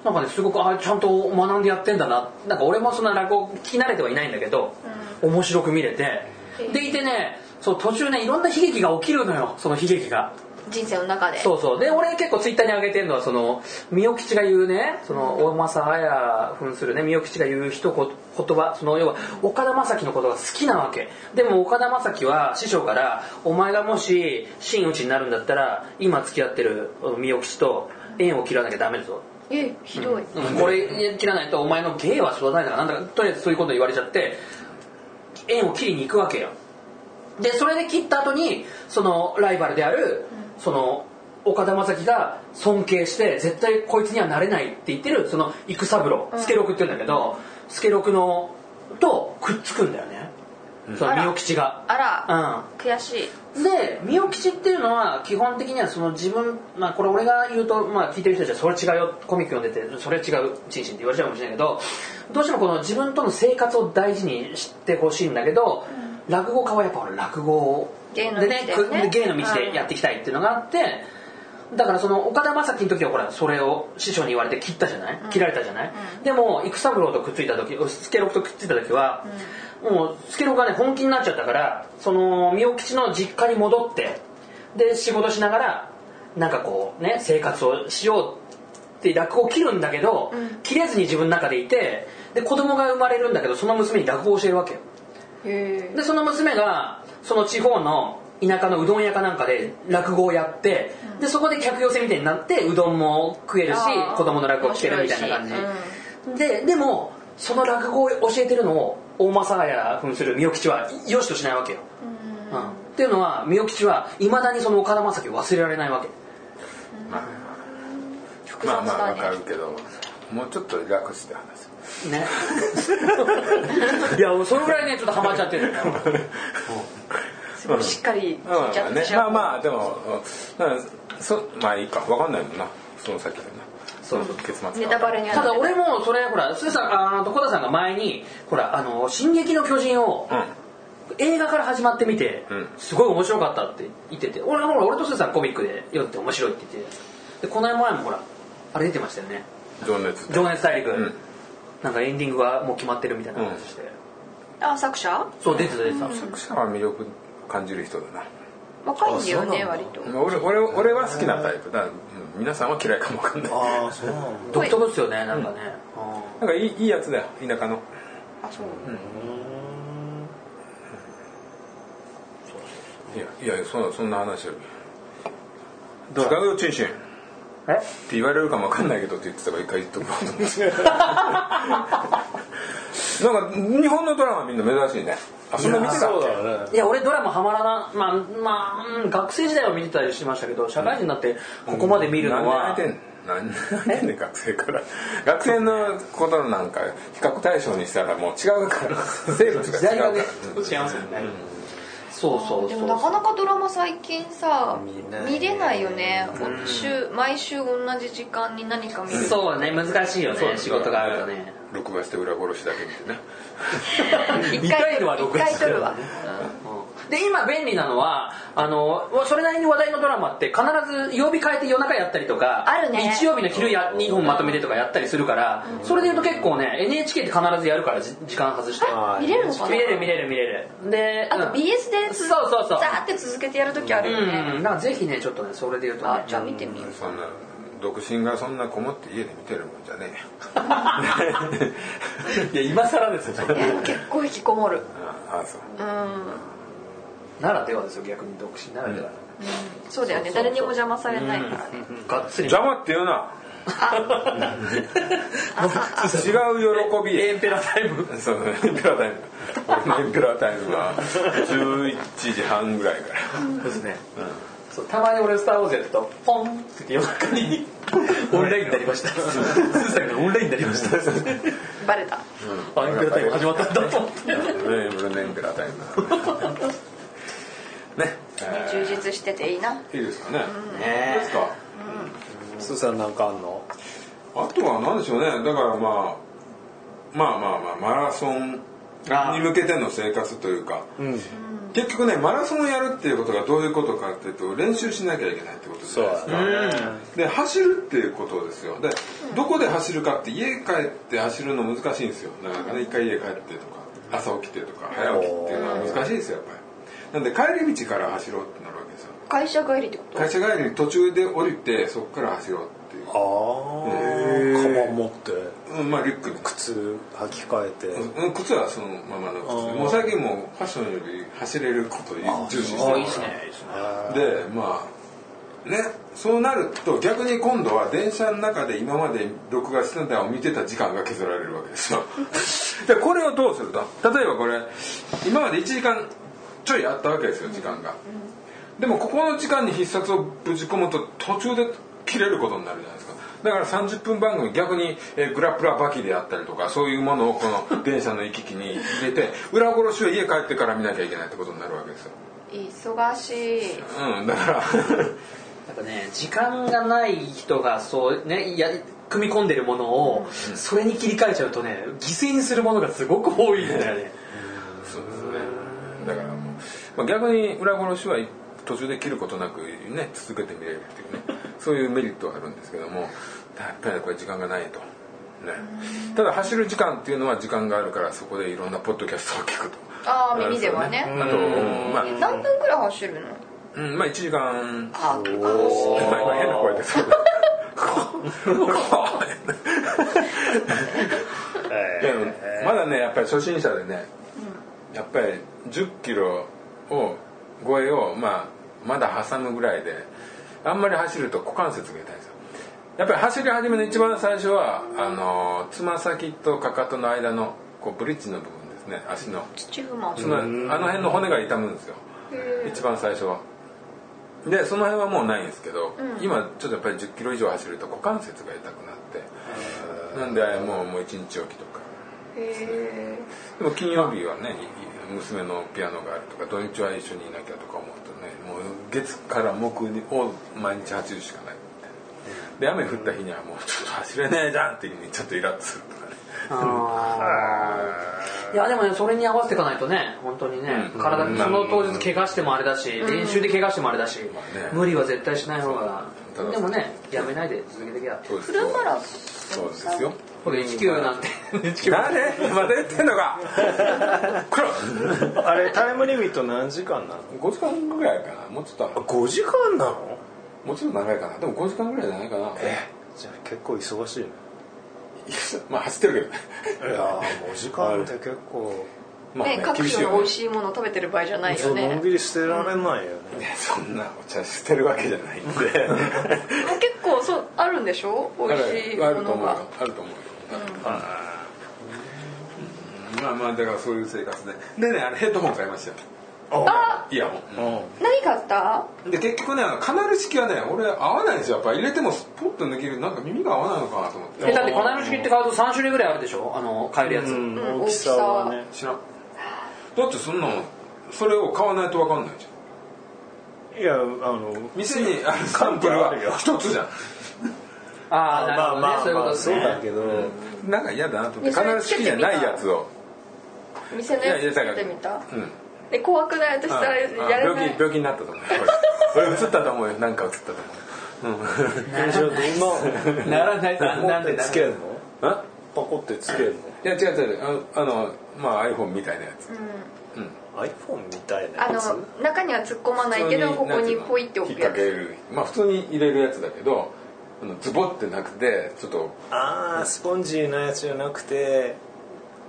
[SPEAKER 3] なんかねすごくあちゃんと学んでやってんだななんか俺もそんな落語聞き慣れてはいないんだけど、面白く見れてでいてねそう途中ねいろんな悲劇が起きるのよその悲劇が
[SPEAKER 2] 人生の中で
[SPEAKER 3] そうそうで俺結構ツイッターに上げてるのはその三代吉が言うねその大政綾扮するね三代吉が言う一言言葉その要は岡田将生のことが好きなわけでも岡田将生は師匠から「お前がもし真打ちになるんだったら今付き合ってる三代吉と縁を切らなきゃダメだぞ」
[SPEAKER 2] えひどい、
[SPEAKER 3] うんこれ切らないとお前の芸は育たないだからなんだかとりあえずそういうこと言われちゃって縁を切りに行くわけよでそれで切った後にそのライバルであるその岡田将生が尊敬して絶対こいつにはなれないって言ってるその育三郎助六って言うんだけど助六のとくっつくんだよねその
[SPEAKER 2] あら
[SPEAKER 3] 三代吉が
[SPEAKER 2] あ
[SPEAKER 3] う
[SPEAKER 2] ら、
[SPEAKER 3] ん
[SPEAKER 2] 悔しい
[SPEAKER 3] で三代吉っていうのは基本的にはその自分、まあ、これ俺が言うと、まあ、聞いてる人たちはそれ違うよコミック読んでてそれ違うチンシンって言われちゃうかもしれないけどどうしてもこの自分との生活を大事にしてほしいんだけど、落語家はやっぱほら落語を
[SPEAKER 2] 芸の道だよね
[SPEAKER 3] く芸の道でやっていきたいっていうのがあって、だからその岡田将生の時はほらそれを師匠に言われて切ったじゃない、切られたじゃない、でも育三郎とくっついた時助六とくっついた時は、もう助六がね本気になっちゃったからその三代吉の実家に戻ってで仕事しながらなんかこうね生活をしようって落語を切るんだけど、
[SPEAKER 2] うん
[SPEAKER 3] 切れずに自分の中でいてで子供が生まれるんだけどその娘に落語を教えるわけよ
[SPEAKER 2] へ
[SPEAKER 3] でその娘がその地方の田舎のうどん屋かなんかで落語をやって、でそこで客寄せみたいになってうどんも食えるし
[SPEAKER 2] あー
[SPEAKER 3] 子供の落語を聞けるみたいな感じ、
[SPEAKER 2] 面白いし
[SPEAKER 3] ででもその落語を教えてるのを大政綾扮する三代吉はよしとしないわけよ、うんっていうのは三代吉はいまだにその岡田将生を忘れられないわけ
[SPEAKER 2] 複雑
[SPEAKER 1] まあまあ
[SPEAKER 2] だ
[SPEAKER 1] わか
[SPEAKER 2] ね
[SPEAKER 1] るけどもうちょっと楽して話す
[SPEAKER 3] ね いやそれぐらいねちょっとハマっちゃってる
[SPEAKER 2] すごいしっかり聞いちゃ
[SPEAKER 1] う
[SPEAKER 2] っ
[SPEAKER 1] ん
[SPEAKER 2] た
[SPEAKER 1] ね
[SPEAKER 2] し
[SPEAKER 1] まあまあでもうんそまあいいかわかんないもんなその先だよなその結末
[SPEAKER 2] ネタバレにあ
[SPEAKER 3] ただ俺もそれほらすーさんあの小田さんが前にほらあの「進撃の巨人」を
[SPEAKER 1] うん
[SPEAKER 3] 映画から始まってみて
[SPEAKER 1] うん
[SPEAKER 3] すごい面白かったって言ってて俺ほら俺とすーさんコミックで読んでて面白いって言っててでこの前もほらあれ出てましたよね
[SPEAKER 1] 情
[SPEAKER 3] 「
[SPEAKER 1] 熱
[SPEAKER 3] 情熱大陸」
[SPEAKER 1] ん
[SPEAKER 3] なんかエンディングがもう決まってるみたいな話して、
[SPEAKER 2] あ作者
[SPEAKER 3] そう出てた出てた、
[SPEAKER 1] 作者は魅力感じる人だな
[SPEAKER 2] 若いんだよね
[SPEAKER 4] あそうなん
[SPEAKER 2] 割
[SPEAKER 4] だ
[SPEAKER 2] と
[SPEAKER 1] 俺俺俺は好きなタイプだ、うん、皆さんは嫌いかもわかんない
[SPEAKER 4] ああそうなんだ
[SPEAKER 3] 独特ですよねなんかね、うん
[SPEAKER 1] なんかいいいいやつだよ田舎の
[SPEAKER 2] あそう
[SPEAKER 1] いやいやそんなそんな話より
[SPEAKER 3] どう
[SPEAKER 1] 違うよチンシンって
[SPEAKER 3] え
[SPEAKER 1] 言われるかもわかんないけどって言ってたから一回言っとこうと思 ってなんか日本のドラマみんな珍しいねあそんな見てた
[SPEAKER 4] そうだね
[SPEAKER 3] いや俺ドラマハマらなまあまあうん学生時代は見てたりしましたけど社会人になってここまで見るの
[SPEAKER 1] 何年空い
[SPEAKER 3] は、
[SPEAKER 1] てんの何年空いてんねん学生から学生のことなんか比較対象にしたらもう違う から生物が違うから、うん
[SPEAKER 3] 違いますよね、そうそう
[SPEAKER 2] で
[SPEAKER 3] そ
[SPEAKER 2] も
[SPEAKER 3] う
[SPEAKER 2] なかなかドラマ最近さ
[SPEAKER 4] 見ないね
[SPEAKER 2] 見れないよね週毎週同じ時間に何か見る
[SPEAKER 3] そうね難しいよね仕事があるとね
[SPEAKER 1] 録画して裏殺しだけ見てね
[SPEAKER 2] 一
[SPEAKER 3] 見たいのは録画
[SPEAKER 2] 一回撮るわ
[SPEAKER 3] うんで今便利なのはあのそれなりに話題のドラマって必ず曜日変えて夜中やったりとか
[SPEAKER 2] あるね
[SPEAKER 3] 日曜日の昼や2本まとめてとかやったりするから、それでいうと結構ね NHK って必ずやるからじ時間外して
[SPEAKER 2] 見れるのかな
[SPEAKER 3] 見れる見れる見れるで
[SPEAKER 2] あと
[SPEAKER 3] うん
[SPEAKER 2] BS でつ
[SPEAKER 3] そうそうそう
[SPEAKER 2] ザーって続けてやるときあるよね、
[SPEAKER 3] うん、なんかぜひねちょっとねそれで言うと、ね
[SPEAKER 2] あ、じゃあ見てみよう
[SPEAKER 1] そんな独身がそんなこもって家で見てるもんじゃね
[SPEAKER 3] いや今更ですよ
[SPEAKER 1] えよ
[SPEAKER 2] いやでも結構引きこもる
[SPEAKER 1] ああそう
[SPEAKER 2] うん
[SPEAKER 3] ならではですよ逆に独身ならでは、
[SPEAKER 2] そうだよね誰にも邪魔されないからね
[SPEAKER 3] がっつり
[SPEAKER 1] 邪魔って言う な違う喜び
[SPEAKER 3] エンペラタイム
[SPEAKER 1] そうエンペラータイム俺のエンペラータイムは11時半ぐらいから
[SPEAKER 3] そうですね、そうたまに俺「スター・ウォーズ」やるとポンって言って夜中にオンラインになりましたスーさんがオンラインになりま した
[SPEAKER 2] バレた
[SPEAKER 3] あエンペラタイム始まったんだと思って
[SPEAKER 1] ね俺のエンペラータイム だねね
[SPEAKER 2] 充実してていいない
[SPEAKER 1] いですかねねですか
[SPEAKER 4] スーさんなんかあんの
[SPEAKER 1] あとは何でしょうねだからまあまあまあまあマラソンに向けての生活というか
[SPEAKER 4] うん
[SPEAKER 1] 結局ねマラソンをやるっていうことがどういうことかっていうと練習しなきゃいけないってことじゃないですかで走るっていうことですよでどこで走るかって家帰って走るの難しいんですよなかなかね一回家帰ってとか朝起きてとか早起きっていうのは難しいですよやっぱりなんで帰り道から走ろうってなるわけですよ
[SPEAKER 2] 会社帰りってこと
[SPEAKER 1] 会社帰りに途中で降りてそこから走ろうっていう
[SPEAKER 4] ああカバン持って
[SPEAKER 1] うん、まあリュックに靴、
[SPEAKER 4] 靴履き替えて
[SPEAKER 1] うん、靴はそのままの靴でもう最近もうファッションより走れることを重視してるからでまあねそうなると逆に今度は電車の中で今まで録画してたのを見てた時間が削られるわけですよでこれをどうすると例えばこれ今まで1時間ちょいあったわけですよ時間が、でもここの時間に必殺をぶち込むと途中で切れることになるじゃないですかだから30分番組逆に、えーグラップラーバキであったりとかそういうものをこの電車の行き来に入れて裏殺しを家帰ってから見なきゃいけないってことになるわけですよ
[SPEAKER 2] 忙しい
[SPEAKER 1] うんだから
[SPEAKER 3] やっぱね時間がない人がそうねや組み込んでるものを、それに切り替えちゃうとね犠牲にするものがすごく多いんだよね
[SPEAKER 1] そうですねだからもう、まあ、逆に裏殺しは途中で切ることなくね続けてみれるっていうねそういうメリットはあるんですけどもやっぱりこれ時間がないと。ね、ただ走る時間っていうのは時間があるからそこでいろんなポッドキャストを聞くと
[SPEAKER 2] あー耳ではね
[SPEAKER 1] あと、まあ
[SPEAKER 2] え何分くらい走るの
[SPEAKER 1] うんまあ、1時間
[SPEAKER 2] あー結構
[SPEAKER 1] 今今変な声ですでもまだねやっぱり初心者でね、やっぱり1 0キロを超えを、まあ、まだ挟むぐらいであんまり走ると股関節が痛いんですよやっぱり走り始めの一番最初はあのつま先とかかとの間のこうブリッジの部分ですね足の
[SPEAKER 2] 土踏まず
[SPEAKER 1] そのあの辺の骨が痛むんですよ一番最初はでその辺はもうないんですけど、今ちょっとやっぱり1 0キロ以上走ると股関節が痛くなってなんでもうもう1日おきとか
[SPEAKER 2] へ
[SPEAKER 1] でも金曜日はねい娘のピアノがあるとか土日は一緒にいなきゃとか思うとねもう月から木にを毎日走るしかないみたいなで雨降った日にはもうちょっと走れねえじゃんっていうふうにちょっとイラッとするとかね
[SPEAKER 3] いやでもねそれに合わせていかないとね本当にね、
[SPEAKER 1] うん
[SPEAKER 3] 体
[SPEAKER 1] うん
[SPEAKER 3] その当日怪我してもあれだし、練習で怪我してもあれだし、
[SPEAKER 1] ね
[SPEAKER 3] 無理は絶対しない方が
[SPEAKER 1] そうだ
[SPEAKER 3] でもねやめないで続けていけば
[SPEAKER 1] そうです
[SPEAKER 2] フルマラ
[SPEAKER 1] そ
[SPEAKER 2] ソ
[SPEAKER 1] う
[SPEAKER 2] ン
[SPEAKER 1] ですよ
[SPEAKER 3] これ19なんて 19
[SPEAKER 1] 誰まだ言ってんのかこら
[SPEAKER 4] あれタイムリミット何時間なの
[SPEAKER 1] 5時間ぐらいかなもうちょっとある
[SPEAKER 4] 5時間なの
[SPEAKER 1] もうちょっと長いかなでも5時間ぐらいじゃないかな
[SPEAKER 4] じゃあ結構忙しいね
[SPEAKER 1] いやまあ走ってるけ
[SPEAKER 4] い
[SPEAKER 1] どね
[SPEAKER 4] や5時間って結構
[SPEAKER 1] まあ
[SPEAKER 2] ね
[SPEAKER 1] ね
[SPEAKER 2] 各
[SPEAKER 1] 厳しい
[SPEAKER 2] 種
[SPEAKER 1] よ
[SPEAKER 2] の美
[SPEAKER 1] ね
[SPEAKER 2] 味しいものを食べてる場合じゃない
[SPEAKER 4] そ
[SPEAKER 2] よ
[SPEAKER 4] うの
[SPEAKER 2] ね
[SPEAKER 4] んびりしてられないよね
[SPEAKER 1] いやそんなお茶してるわけじゃないんで
[SPEAKER 2] 結構そうあるんでしょ 美味しい
[SPEAKER 1] あ
[SPEAKER 2] も
[SPEAKER 1] ると
[SPEAKER 2] の
[SPEAKER 1] 思うよ
[SPEAKER 2] が
[SPEAKER 1] あると思うよ、うんまあまあだからそういう生活ででねあれヘッドホン買いましたよ
[SPEAKER 2] あ
[SPEAKER 1] イヤホン
[SPEAKER 4] うん
[SPEAKER 2] 何買った
[SPEAKER 1] で結局ねあのカナル式はね俺合わないんですよやっぱ入れてもスポッと抜けるなんか耳が合わないのかなと思って
[SPEAKER 3] えだって金の式って買うと3種類ぐらいあるでしょあの買えるやつ、
[SPEAKER 2] ん
[SPEAKER 4] 大きさはね
[SPEAKER 1] 知らんだってそんなのそれを買わないと分かんないじゃん
[SPEAKER 4] いやあの
[SPEAKER 1] 店にあるサンプルは一つじゃん
[SPEAKER 3] ああなるほどね、そういうことです
[SPEAKER 4] そう
[SPEAKER 3] ね
[SPEAKER 4] だけど
[SPEAKER 1] なんか嫌だなと思って必ず好きじゃないやつを
[SPEAKER 2] 店の
[SPEAKER 1] いやいや
[SPEAKER 2] やつ
[SPEAKER 1] だか
[SPEAKER 2] 買
[SPEAKER 1] ら
[SPEAKER 2] ってみた
[SPEAKER 1] うん
[SPEAKER 2] で怖くなるとしたらやれな
[SPEAKER 1] 病
[SPEAKER 2] い
[SPEAKER 1] 気病気になったと思う俺俺映ったと思うよなんか映ったと思う
[SPEAKER 4] えじゃあどん な
[SPEAKER 3] ならないとあんなんでな
[SPEAKER 4] つけんの
[SPEAKER 1] うんあ
[SPEAKER 4] パコってつけるの
[SPEAKER 1] いや違う違うあのあのまあ iPhone みたいなやつ
[SPEAKER 4] iPhone みたいな
[SPEAKER 2] あ
[SPEAKER 4] やつ
[SPEAKER 2] の中には突っ込まないけど
[SPEAKER 1] 普通
[SPEAKER 2] ここ
[SPEAKER 1] なんてい
[SPEAKER 2] に
[SPEAKER 1] うの
[SPEAKER 2] ポイって置
[SPEAKER 1] 引っ
[SPEAKER 2] くや
[SPEAKER 1] 掛け
[SPEAKER 2] つ
[SPEAKER 1] るまあ普通に入れるやつだけどあのズボってなくてちょっと
[SPEAKER 4] ああスポンジのやつじゃなくて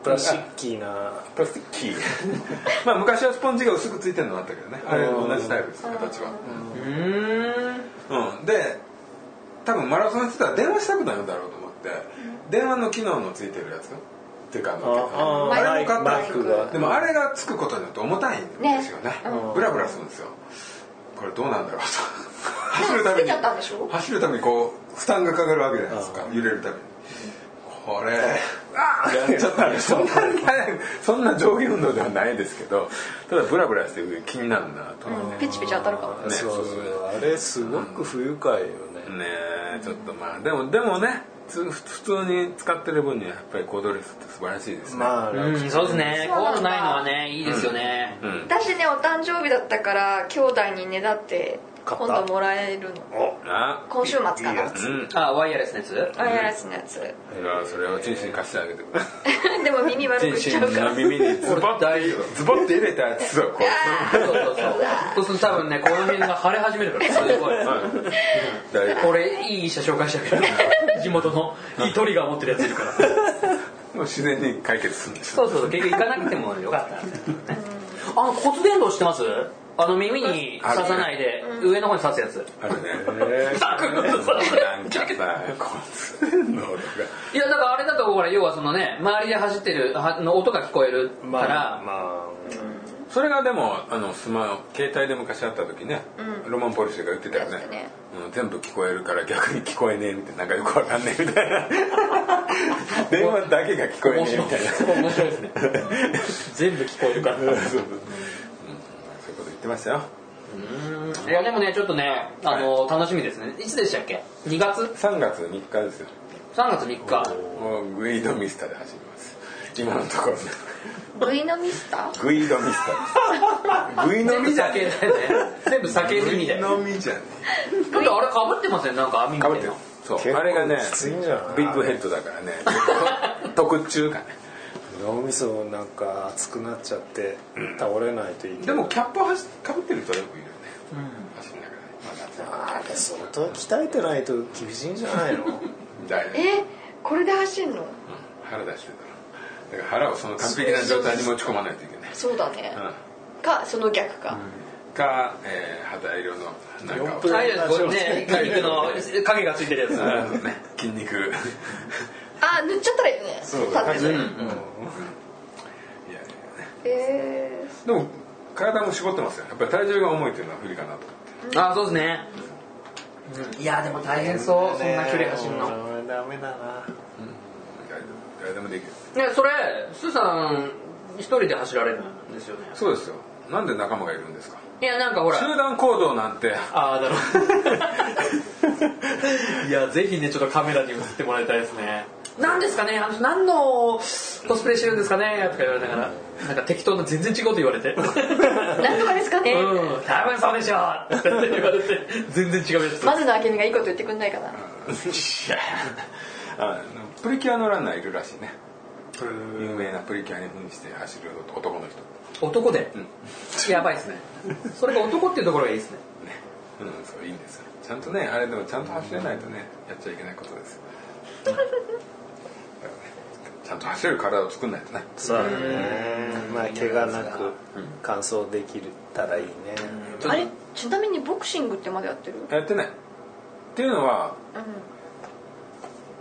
[SPEAKER 4] プラスチッキーな
[SPEAKER 1] プラスチックキー まあ昔はスポンジが薄くついてるのもあったけどねあれ同じタイプです形はうん、で多分マラソンしてたら電話したくなるんだろうと思って、電話の機能のついてるやつっていうかあの
[SPEAKER 2] あー
[SPEAKER 1] あれも買ったん
[SPEAKER 4] マ
[SPEAKER 1] で
[SPEAKER 4] イ
[SPEAKER 1] す
[SPEAKER 4] ク
[SPEAKER 1] よ
[SPEAKER 4] が
[SPEAKER 1] でもあれがつくことによって重たいんですよねブラブラするんですよこれどうなんだろうと走るために
[SPEAKER 2] つけちゃったんでしょ
[SPEAKER 1] 走るためにこう負担がかかるわけじゃないですか揺れるためにこれああやっちゃったんでそんなそんな上下運動ではないですけどただブラブラして気になるなと思って、
[SPEAKER 2] うんピチピチ当たるかも
[SPEAKER 1] ね
[SPEAKER 4] そうそうあれすごく不愉快よね
[SPEAKER 1] ねえちょっとまあでもでもねつ普通に使ってる分にはやっぱりコードレスって素晴らしいですね、
[SPEAKER 4] まあ
[SPEAKER 3] う
[SPEAKER 4] 楽
[SPEAKER 3] んそうですね
[SPEAKER 2] そう
[SPEAKER 3] コ
[SPEAKER 2] なんだ
[SPEAKER 3] ードないのはねいいですよね
[SPEAKER 1] うん
[SPEAKER 2] 私ねお誕生日だったから兄弟にねだって
[SPEAKER 4] 買った
[SPEAKER 2] 今度もらえるの
[SPEAKER 1] あ
[SPEAKER 2] 今週末かな
[SPEAKER 4] やつ
[SPEAKER 1] うん
[SPEAKER 3] あワイヤレスのやつ
[SPEAKER 2] ワイヤレスのやつ
[SPEAKER 1] い やそれをチンシン貸してあげてくださ
[SPEAKER 2] でも耳悪
[SPEAKER 1] い
[SPEAKER 2] くし
[SPEAKER 1] チン
[SPEAKER 2] ち
[SPEAKER 1] シ
[SPEAKER 2] ゃう
[SPEAKER 1] ン
[SPEAKER 2] から
[SPEAKER 1] の耳にズボッてズボッて入れたやつをこう
[SPEAKER 3] そうそうそうそうすると多分ねこの辺が腫れ始めるからすごい
[SPEAKER 1] 大丈
[SPEAKER 3] これいい医者紹介して あげる地元のいいトリガー持ってるやついるから
[SPEAKER 1] 夫もう自然に解決するんですよ
[SPEAKER 3] そうそうそう結局行かなくてもよかったんですけどねあの骨伝導してますあの耳に刺さないで上の方に刺すやつ
[SPEAKER 1] あるね
[SPEAKER 3] ザクッと刺す
[SPEAKER 1] なんかさこうのとか
[SPEAKER 3] いやだからあれだとほら要はそのね周りで走ってるはの音が聞こえるから、
[SPEAKER 4] まあま
[SPEAKER 1] それがでもあのスマホ携帯で昔あった時ね、ロマンポルシェが言ってたよ
[SPEAKER 2] やっ
[SPEAKER 1] ね
[SPEAKER 2] てね
[SPEAKER 1] うん全部聞こえるから逆に聞こえねえみたいななんかよくわかんねえみたいな 電話だけが聞こえ
[SPEAKER 3] 面
[SPEAKER 1] ねえ
[SPEAKER 3] 白
[SPEAKER 1] み
[SPEAKER 3] い
[SPEAKER 1] たいな
[SPEAKER 3] 面白いですね全部聞こえるから
[SPEAKER 1] そうそううんそういうこと言ってましたよ
[SPEAKER 3] いやでもねちょっとねあの、楽しみですねいつでしたっけ2月
[SPEAKER 1] 3月3日ですよ
[SPEAKER 3] 3月3日
[SPEAKER 1] もうグイードミスターで走ります今のと ころね
[SPEAKER 2] グイノミスタ
[SPEAKER 1] グイードミスターですグイ
[SPEAKER 3] 全
[SPEAKER 1] 飲
[SPEAKER 3] 部
[SPEAKER 1] みじゃ
[SPEAKER 3] 酒
[SPEAKER 1] ね
[SPEAKER 3] だよね全部酒飲みだ
[SPEAKER 1] え
[SPEAKER 3] よ
[SPEAKER 1] 飲みじゃね
[SPEAKER 3] ちょっとあれかぶってますねなんか網み
[SPEAKER 1] え
[SPEAKER 3] た
[SPEAKER 1] か
[SPEAKER 3] い
[SPEAKER 1] ぶってる
[SPEAKER 3] な
[SPEAKER 1] そう
[SPEAKER 4] 結構
[SPEAKER 1] あれがね
[SPEAKER 4] きついんじゃない
[SPEAKER 1] ビッグヘッドだ からね特注かね
[SPEAKER 4] あ脳みそなんか熱くなっちゃって倒れないといいけ
[SPEAKER 1] で
[SPEAKER 4] ど
[SPEAKER 1] もキャップをかぶってるとよくいるよね、走りながらね、まあ、
[SPEAKER 4] あれ相当鍛えてないと厳しいんじゃないの
[SPEAKER 1] だいぶ
[SPEAKER 2] えこれで走んの
[SPEAKER 1] 腹出してたらだから腹をその完璧な状態に持ち込まないといけない、
[SPEAKER 2] そうだね
[SPEAKER 1] う
[SPEAKER 2] かその逆か
[SPEAKER 1] ん、か、えー肌色のなんかを
[SPEAKER 4] 四分
[SPEAKER 3] あれですこれね筋肉の影がついてるやつ
[SPEAKER 1] なるほどね筋肉いや
[SPEAKER 2] あ塗っちゃったらいいよね
[SPEAKER 4] そう
[SPEAKER 2] パッてね
[SPEAKER 1] いやね
[SPEAKER 2] え
[SPEAKER 1] でも体も絞ってますよやっぱり体重が重いというのは不利かなと
[SPEAKER 3] あそうですね、うんいやでも大変そうそんな距離走るの
[SPEAKER 4] のダメだな
[SPEAKER 1] 誰でもできる
[SPEAKER 3] ねそれスーさん一人で走られるんですよね
[SPEAKER 1] そうですよなんで仲間がいるんですか
[SPEAKER 3] いやなんかほら
[SPEAKER 1] 集団行動なんて
[SPEAKER 3] ああだろう いやぜひねちょっとカメラに映ってもらいたいですね何ですかねあの何のコスプレしてるんですかねとか言われながらなんか適当な全然違うこと言われて
[SPEAKER 2] ーなんとかですかね
[SPEAKER 3] うん多分そうでしょうって言われて全然違うやつ
[SPEAKER 2] まずのあけみがいいこと言ってくんないかな
[SPEAKER 1] あのプリキュアのランナーいるらしいね有名なプリキュアに扮して走る男の人
[SPEAKER 3] 男で、やばいですねそれが男っていうところがいいですね
[SPEAKER 1] ねうんそういいんですよちゃんとねあれでもちゃんと走れないとねやっちゃいけないことですよだからねちゃんと走れる体を作んないとね
[SPEAKER 4] そうだねまあ怪我なく完走できたらいいね
[SPEAKER 2] あれちなみにボクシングってまだやってる
[SPEAKER 1] やってないっていうのは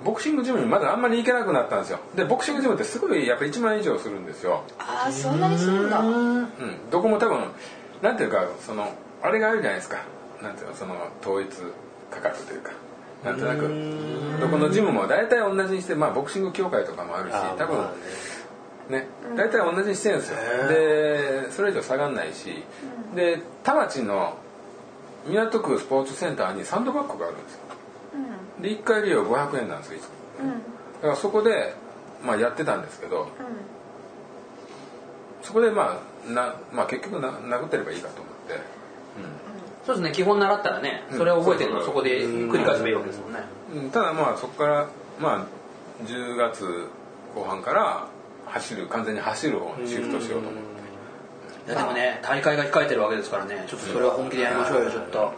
[SPEAKER 2] う
[SPEAKER 1] ボクシングジムにまだあんまり行けなくなったんですよでボクシングジムってすごいやっぱ1万円以上するんですよ
[SPEAKER 2] んああそんなにするんだうん
[SPEAKER 1] うん、どこも多分なんていうかそのあれがあるじゃないですかなんていうのその統一価格というかなんとなくどこのジムも大体同じにして、まあ、ボクシング協会とかもあるし
[SPEAKER 4] あー
[SPEAKER 1] 多分
[SPEAKER 4] まあね
[SPEAKER 1] ね大体同じにしてるんですよでそれ以上下がんないしで田町の港区スポーツセンターにサンドバッグがあるんですよで1回利用500円なんですよいつも
[SPEAKER 2] うん
[SPEAKER 1] だからそこで、まあ、やってたんですけどそこでまあな、まあ、結局な殴ってればいいかと思って、
[SPEAKER 3] そうですね基本習ったらねそれを覚えてるの
[SPEAKER 1] うん
[SPEAKER 3] そこで繰り返せばいいわけですもんね
[SPEAKER 1] うんただまあそこから、まあ、10月後半から走る完全に走る方にシフトしようと思って
[SPEAKER 3] いやでもね大会が控えてるわけですからねちょっとそれは本気でやりましょうよちょっと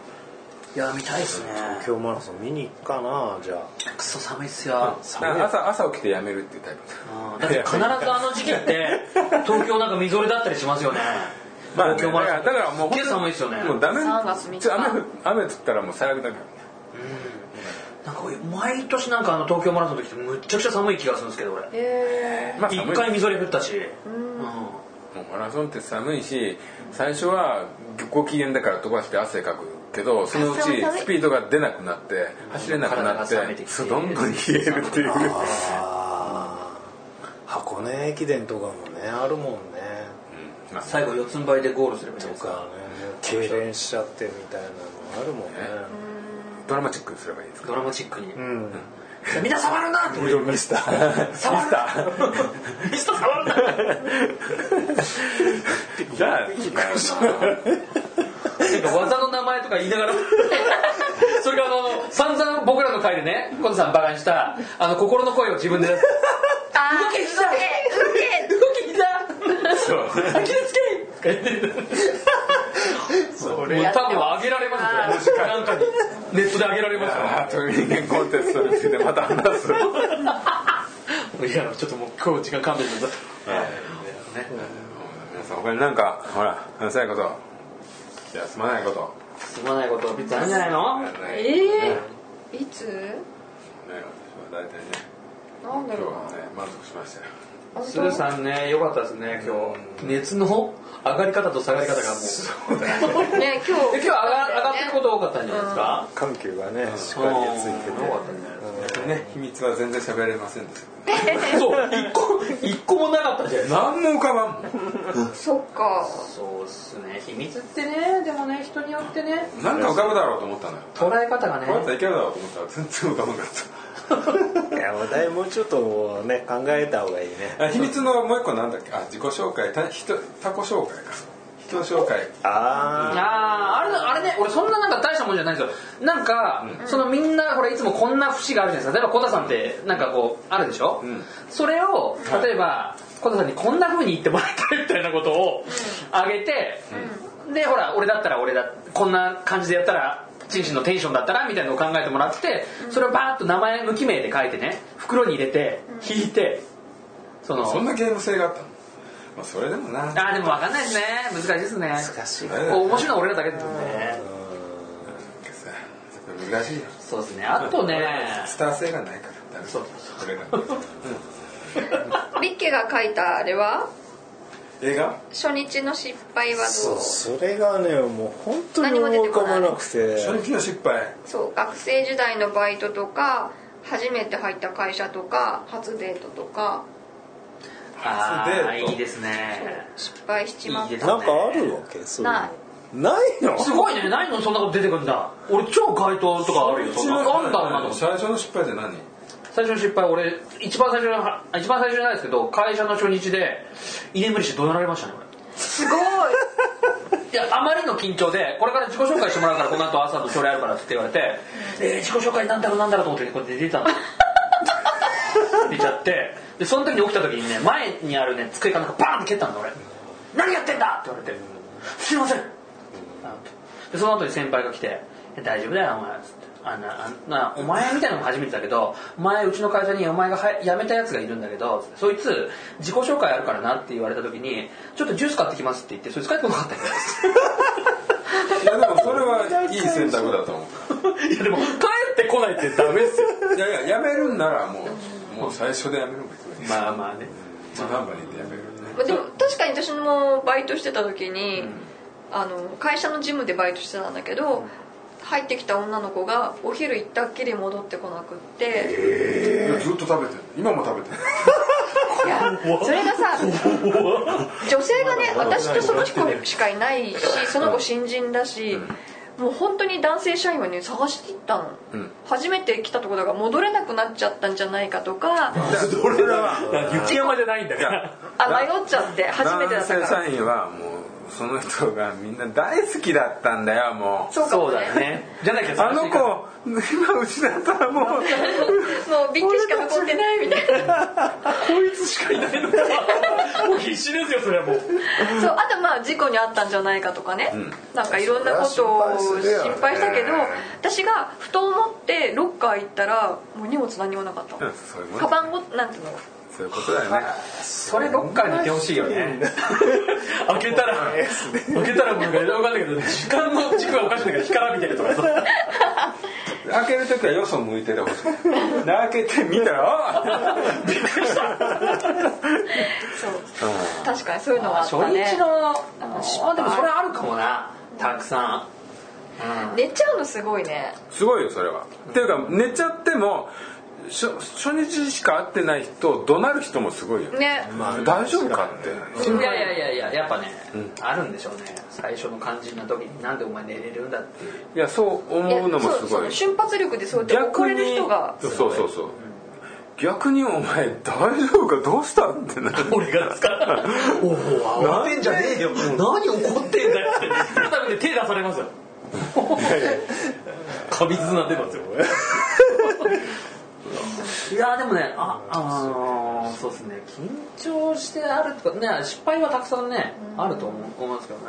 [SPEAKER 3] いや見たいっすね
[SPEAKER 4] 今日マラソン見に行くかなじゃあ
[SPEAKER 3] クソ寒いっすよ
[SPEAKER 1] だから朝朝起きてやめるっていうタイプ
[SPEAKER 3] あーだって必ずあの時期って東京なんかみぞれだったりし ますよね
[SPEAKER 1] まあ、
[SPEAKER 3] 東京マ
[SPEAKER 1] だか
[SPEAKER 3] ラソ
[SPEAKER 1] ら
[SPEAKER 3] ン
[SPEAKER 1] だからもう
[SPEAKER 3] すっげえ寒いっすよね
[SPEAKER 1] もうダメ
[SPEAKER 2] 3月3日
[SPEAKER 1] ちょ雨降雨降ったらもう最悪だからね
[SPEAKER 3] なんか毎年なんかあの東京マラソンの時ってむっちゃくちゃ寒い気がするんですけど俺
[SPEAKER 2] え
[SPEAKER 1] まあ寒い
[SPEAKER 3] 一回みぞれ降ったしうん
[SPEAKER 1] もうマラソンって寒いし最初はご機嫌だから飛ばして汗かくけどそのうちス
[SPEAKER 2] 寒い寒い
[SPEAKER 1] ピードが出なくなって走れなくなっ
[SPEAKER 3] 体が冷めて
[SPEAKER 1] て
[SPEAKER 3] きて
[SPEAKER 1] そうどんどん冷えるっていう
[SPEAKER 4] あー箱根駅伝とかもねあるもんね
[SPEAKER 1] まあ
[SPEAKER 3] 最後四つん這いでゴールすればいいじゃない
[SPEAKER 4] と
[SPEAKER 3] ですか
[SPEAKER 4] かね痙攣しちゃってみたいなのあるもんね
[SPEAKER 1] ドラマチックにすればいいですか
[SPEAKER 3] ドラマチックに
[SPEAKER 4] うん
[SPEAKER 3] みんな触るなって
[SPEAKER 4] ミドルミスター
[SPEAKER 3] 触るなミスター触るな
[SPEAKER 1] じゃあ
[SPEAKER 3] なんか技の名前とか言いながらそれがあの散々僕らの回でねコンさんバカにしたあの心の声を自分で出す
[SPEAKER 2] ー、あー
[SPEAKER 3] 動け膝
[SPEAKER 2] 動け動
[SPEAKER 3] 動き膝
[SPEAKER 1] そう
[SPEAKER 3] アキレス腱とか言ってる
[SPEAKER 4] そ
[SPEAKER 3] もう多分上げられますよなんかにネットで上げられます
[SPEAKER 1] あと人間コンテストについてまた話す
[SPEAKER 3] よいやちょっともう今日時間勘弁してくださ
[SPEAKER 1] 皆さん他になんかほら話せないことじゃあすまないこと
[SPEAKER 3] いすまないことは別にあるんじゃないの
[SPEAKER 1] やらない
[SPEAKER 2] け
[SPEAKER 1] ね
[SPEAKER 2] えー、いつ
[SPEAKER 1] 私は大体ね
[SPEAKER 2] なんだ
[SPEAKER 1] 今日
[SPEAKER 2] ろう
[SPEAKER 1] はね満足しましたよ
[SPEAKER 2] 本
[SPEAKER 3] す
[SPEAKER 2] 当
[SPEAKER 3] ーさんね良かったですね今日熱の上がり方と下がり方がもう
[SPEAKER 2] ね今
[SPEAKER 3] で
[SPEAKER 2] 日
[SPEAKER 3] 今日上が上がってること多かったんじゃないですか
[SPEAKER 4] 緩急がねしっかりついて
[SPEAKER 3] う
[SPEAKER 4] て
[SPEAKER 3] ん良かったんじゃないですか
[SPEAKER 1] ね秘密は全然喋れませんでした
[SPEAKER 3] そう一個一個もなかったじゃないですか
[SPEAKER 1] 何も浮かばんもん
[SPEAKER 2] そっか
[SPEAKER 3] そうっすね秘密ってねでもね人によってね
[SPEAKER 1] なんか浮かぶだろうと思ったのよ
[SPEAKER 3] 捉え方がね
[SPEAKER 1] こうやったらいけるだろうと思ったら全然浮かばなかっ
[SPEAKER 4] いやお題もうちょっとね考えた方がいいね
[SPEAKER 1] たあ秘密のもう一個なんだっけあ自己紹介た人他己紹介か人紹介
[SPEAKER 4] ああ
[SPEAKER 3] あーあれだあれね俺そんななんか大したもんじゃないんですよなんか、そのみんなほらいつもこんな節があるじゃないですか例えばコタさんってなんかこうあるでしょ、
[SPEAKER 1] ん
[SPEAKER 3] それを例えばコタさんにこんな風に言ってもらいたいみたいなことをあげて、でほら俺だったら俺だこんな感じでやったらチンチンのテンションだったらみたいなのを考えてもらってそれをバーッと名前無記名で書いてね袋に入れて引いてその
[SPEAKER 1] そんなゲーム性があったのまあそれでもな
[SPEAKER 3] あーでも分かんないですね難しいですね
[SPEAKER 4] 難しい
[SPEAKER 1] ね
[SPEAKER 3] 面白いのは俺らだけですもんね
[SPEAKER 1] なんかさ難しいよ
[SPEAKER 3] そうですね。あとね、
[SPEAKER 1] スター性がないからダメ
[SPEAKER 3] そう
[SPEAKER 1] これが
[SPEAKER 2] ビッケが書いたあれは
[SPEAKER 1] 映画
[SPEAKER 2] 初日の失敗はどう
[SPEAKER 4] それがねもう本当
[SPEAKER 2] 何
[SPEAKER 4] に
[SPEAKER 2] も出
[SPEAKER 4] 思
[SPEAKER 2] て
[SPEAKER 4] い浮
[SPEAKER 2] こ
[SPEAKER 4] か
[SPEAKER 2] ない
[SPEAKER 4] ばなくて
[SPEAKER 1] 初日の失敗
[SPEAKER 2] そう学生時代のバイトとか初めて入った会社とか初デートとか
[SPEAKER 3] ああ、
[SPEAKER 1] 初デート
[SPEAKER 3] いいですね。
[SPEAKER 2] 失敗しちまっ
[SPEAKER 3] いい
[SPEAKER 2] た
[SPEAKER 3] ね
[SPEAKER 4] なんかあるわけそういうの
[SPEAKER 2] ない
[SPEAKER 4] ないの
[SPEAKER 3] すごいね。何のそんなこと出てくるんだ。俺超該当とかあるよ。そんなあるんだろうなと思って。
[SPEAKER 1] 最初の失敗って何
[SPEAKER 3] 最初の失敗、俺一番最初のあ一番最初じゃないですけど、会社の初日で居眠りして怒鳴られましたね。
[SPEAKER 2] すごい
[SPEAKER 3] 俺 いやあまりの緊張でこれから自己紹介してもらうからこの後朝の朝礼あるからって言われて、えー自己紹介なんだろうなんだろうと思ってこうやって出てたの出ちゃってでその時に起きた時にね前にあるね机かなんかバーンって蹴ったんだ俺「何やってんだ!」って言われて「すいません!」でその後に先輩が来て「大丈夫だよお前」つって。あんなあんなお前みたいなのも初めてだけど前うちの会社にお前がは辞めたやつがいるんだけどそいつ自己紹介あるからなって言われた時にちょっとジュース買ってきますって言ってそいつ帰ってこなかったんです
[SPEAKER 1] いやでもそれはいい選択だと思
[SPEAKER 3] いやでも帰ってこないってダメっすよ
[SPEAKER 1] ういやいややめるんならもうもう最初でやめるのが一番いい
[SPEAKER 3] まあまあね
[SPEAKER 1] 中途半端に言ってやめる
[SPEAKER 2] まあでも確かに私もバイトしてた時に、あの会社のジムでバイトしてたんだけど、入ってきた女の子がお昼行ったっきり戻ってこなくって、
[SPEAKER 1] いやずっと食べてる今も食べてる
[SPEAKER 2] いやそれがさ女性がね私とその人しかいないしその子新人だし、もう本当に男性社員はね探していったの、
[SPEAKER 1] うん
[SPEAKER 2] 初めて来たとこだから戻れなくなっちゃったんじゃないかとか、
[SPEAKER 1] 俺らは
[SPEAKER 3] 雪山じゃないんだ
[SPEAKER 1] いや
[SPEAKER 2] あ迷っちゃって初めてだった
[SPEAKER 1] 男性
[SPEAKER 2] か
[SPEAKER 1] 社
[SPEAKER 2] ら
[SPEAKER 1] 員はもうその人がみんな大好きだったんだよもう
[SPEAKER 2] そうかも
[SPEAKER 3] そうだねじゃなきゃ
[SPEAKER 1] あの子今失ったらもう
[SPEAKER 2] もうびっくりしか残ってないみたいな
[SPEAKER 3] こいつしかいないのかもう必死ですよそれはもう
[SPEAKER 2] そうあとまあ事故に遭ったんじゃないかとかね、なんかいろんなことを
[SPEAKER 4] そりゃ
[SPEAKER 2] 心
[SPEAKER 4] 心配するよね
[SPEAKER 2] 配したけど私が布団を持ってロッカー行ったらもう荷物何もなかった
[SPEAKER 1] うんそういうもん
[SPEAKER 2] カバンごなんていうの
[SPEAKER 1] そういうことだよね
[SPEAKER 3] それどっかにいてほしいよね開けたら開けたらもう分かんないけど時間の軸がおかしいんだけど干からびてるとかさ
[SPEAKER 1] 開ける時はよそ向いててほしい開けてみたらあーびっくりした
[SPEAKER 2] そう確かにそういうのはあっ
[SPEAKER 3] 初
[SPEAKER 2] たね
[SPEAKER 3] 日のあでもそれあるかもなたくさん、
[SPEAKER 2] 寝ちゃうのすごいね
[SPEAKER 1] すごいよそれはっていうか寝ちゃってもしょ初日しか会ってない人怒鳴る人もすごいよね
[SPEAKER 2] ね
[SPEAKER 1] 大丈夫かって
[SPEAKER 3] いやいやいやいややっぱね、あるんでしょうね最初の肝心な時になんでお前寝れるんだっていう
[SPEAKER 1] いやそう
[SPEAKER 2] いや
[SPEAKER 1] 思うのもす
[SPEAKER 2] そう
[SPEAKER 1] ごい
[SPEAKER 2] そう瞬発力でそうやって怒れる人が
[SPEAKER 1] そうそうそう逆にお前大丈夫かどうしたってなる
[SPEAKER 3] 俺が使ったおお慌てんじゃねえよ何怒ってんだよって改めて手出されますよ過密な出ますよいやでもねああのーそうですね緊張してあるとかね失敗はたくさんねあると思う思いますけどね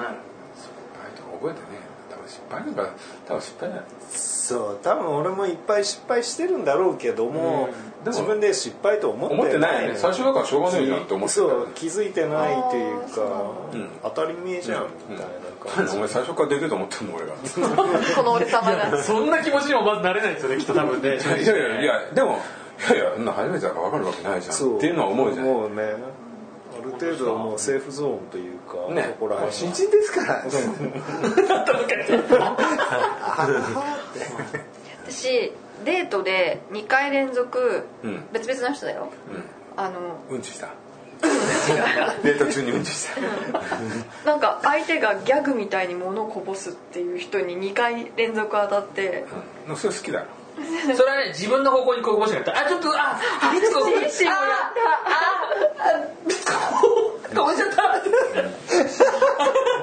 [SPEAKER 1] 覚えてね多分失敗なんか多分失敗ない
[SPEAKER 4] そう多分俺もいっぱい失敗してるんだろうけども,、
[SPEAKER 1] でも
[SPEAKER 4] 自分で失敗と思ってない
[SPEAKER 1] 思ってないよね最初だからしょうがねえじゃんって思ってた
[SPEAKER 4] そ
[SPEAKER 1] よ
[SPEAKER 4] う
[SPEAKER 1] ね
[SPEAKER 4] 気づいてないという
[SPEAKER 2] あー
[SPEAKER 4] か
[SPEAKER 2] そう
[SPEAKER 1] なんだ
[SPEAKER 4] 当たり前じゃんみたいな感じ、
[SPEAKER 1] お前最初から出てると思ってんの俺が
[SPEAKER 2] この俺様が
[SPEAKER 3] そんな気持ちにもまずなれないですよねきっと多分
[SPEAKER 1] い
[SPEAKER 3] ね
[SPEAKER 1] やいやいやでもいやいやそんな初めてだから分かるわけないじゃ
[SPEAKER 4] そ
[SPEAKER 1] んっていうのは思うじゃん
[SPEAKER 4] もうねある程度はもうセーフゾーンというか、
[SPEAKER 1] ね
[SPEAKER 4] そこら辺は
[SPEAKER 1] 新人ですから
[SPEAKER 2] 私デートで2回連続
[SPEAKER 1] うん
[SPEAKER 2] 別々の人だよあの
[SPEAKER 1] うんちしたデート中にうんちした
[SPEAKER 2] なんか相手がギャグみたいに物をこぼすっていう人に2回連続当たって
[SPEAKER 1] うんそれ好きだろ
[SPEAKER 3] それはね自分の方向にこうこぼしなかったあちょっとあリツコ
[SPEAKER 2] 人生をや
[SPEAKER 3] こぼしちゃったああ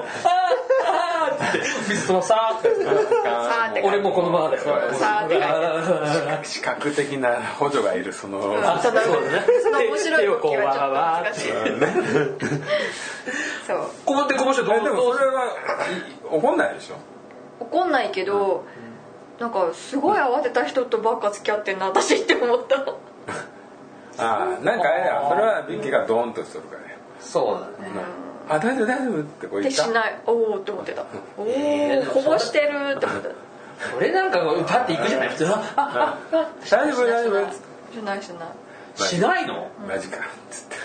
[SPEAKER 3] ああってミストのさ
[SPEAKER 2] ったさあって
[SPEAKER 3] 俺もうこのままだよ
[SPEAKER 2] さあって
[SPEAKER 1] 視覚的な補助がいるその
[SPEAKER 3] あそうだね
[SPEAKER 2] その面白い
[SPEAKER 3] 手を
[SPEAKER 2] 動
[SPEAKER 3] こ
[SPEAKER 2] き
[SPEAKER 3] う
[SPEAKER 2] は
[SPEAKER 3] わ
[SPEAKER 2] ち
[SPEAKER 3] ー
[SPEAKER 2] ょっと
[SPEAKER 3] わー
[SPEAKER 2] 難しいそう
[SPEAKER 3] こぼってこぼしてどう
[SPEAKER 1] えでもそれはい怒んないでしょ
[SPEAKER 2] 怒んないけどなんかすごい慌てた人とばっか付き合ってんな私って思った
[SPEAKER 1] ああなんかあれだそれはビッキーがドーンとするからね
[SPEAKER 3] そうだね
[SPEAKER 1] あ大丈夫大丈夫ってこう言
[SPEAKER 2] って
[SPEAKER 1] っ
[SPEAKER 2] したないおおって思ってたお
[SPEAKER 3] え
[SPEAKER 2] お
[SPEAKER 3] ー
[SPEAKER 2] こぼしてるって思ってた
[SPEAKER 3] それなんかこうパッていくじゃない普通はあああ
[SPEAKER 1] 大丈夫大
[SPEAKER 2] し
[SPEAKER 1] 丈
[SPEAKER 2] な
[SPEAKER 1] 夫
[SPEAKER 2] いしないしない
[SPEAKER 3] しないの
[SPEAKER 1] マジかつって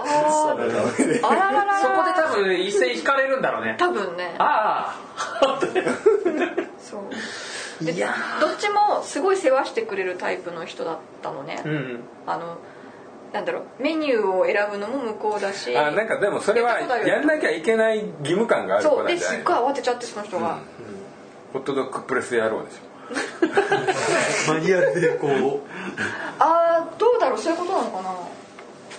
[SPEAKER 2] あーあらららら
[SPEAKER 3] そこで多分一線引かれるんだろうね
[SPEAKER 2] 多分ね
[SPEAKER 3] ああ
[SPEAKER 2] そうでどっちもすごい世話してくれるタイプの人だったのね、
[SPEAKER 3] うん
[SPEAKER 2] あのなんだろうメニューを選ぶのも向こうだし
[SPEAKER 1] あなんかでもそれはやんなきゃいけない義務感がある子
[SPEAKER 2] そう
[SPEAKER 1] なん
[SPEAKER 2] で
[SPEAKER 1] じゃ
[SPEAKER 2] す
[SPEAKER 1] な
[SPEAKER 2] っ
[SPEAKER 1] い
[SPEAKER 2] ごい慌てちゃってその人が、
[SPEAKER 1] ホットドッグプレス野郎でし
[SPEAKER 5] マニュアルでこ
[SPEAKER 2] ああどうだろうそういうことなのかな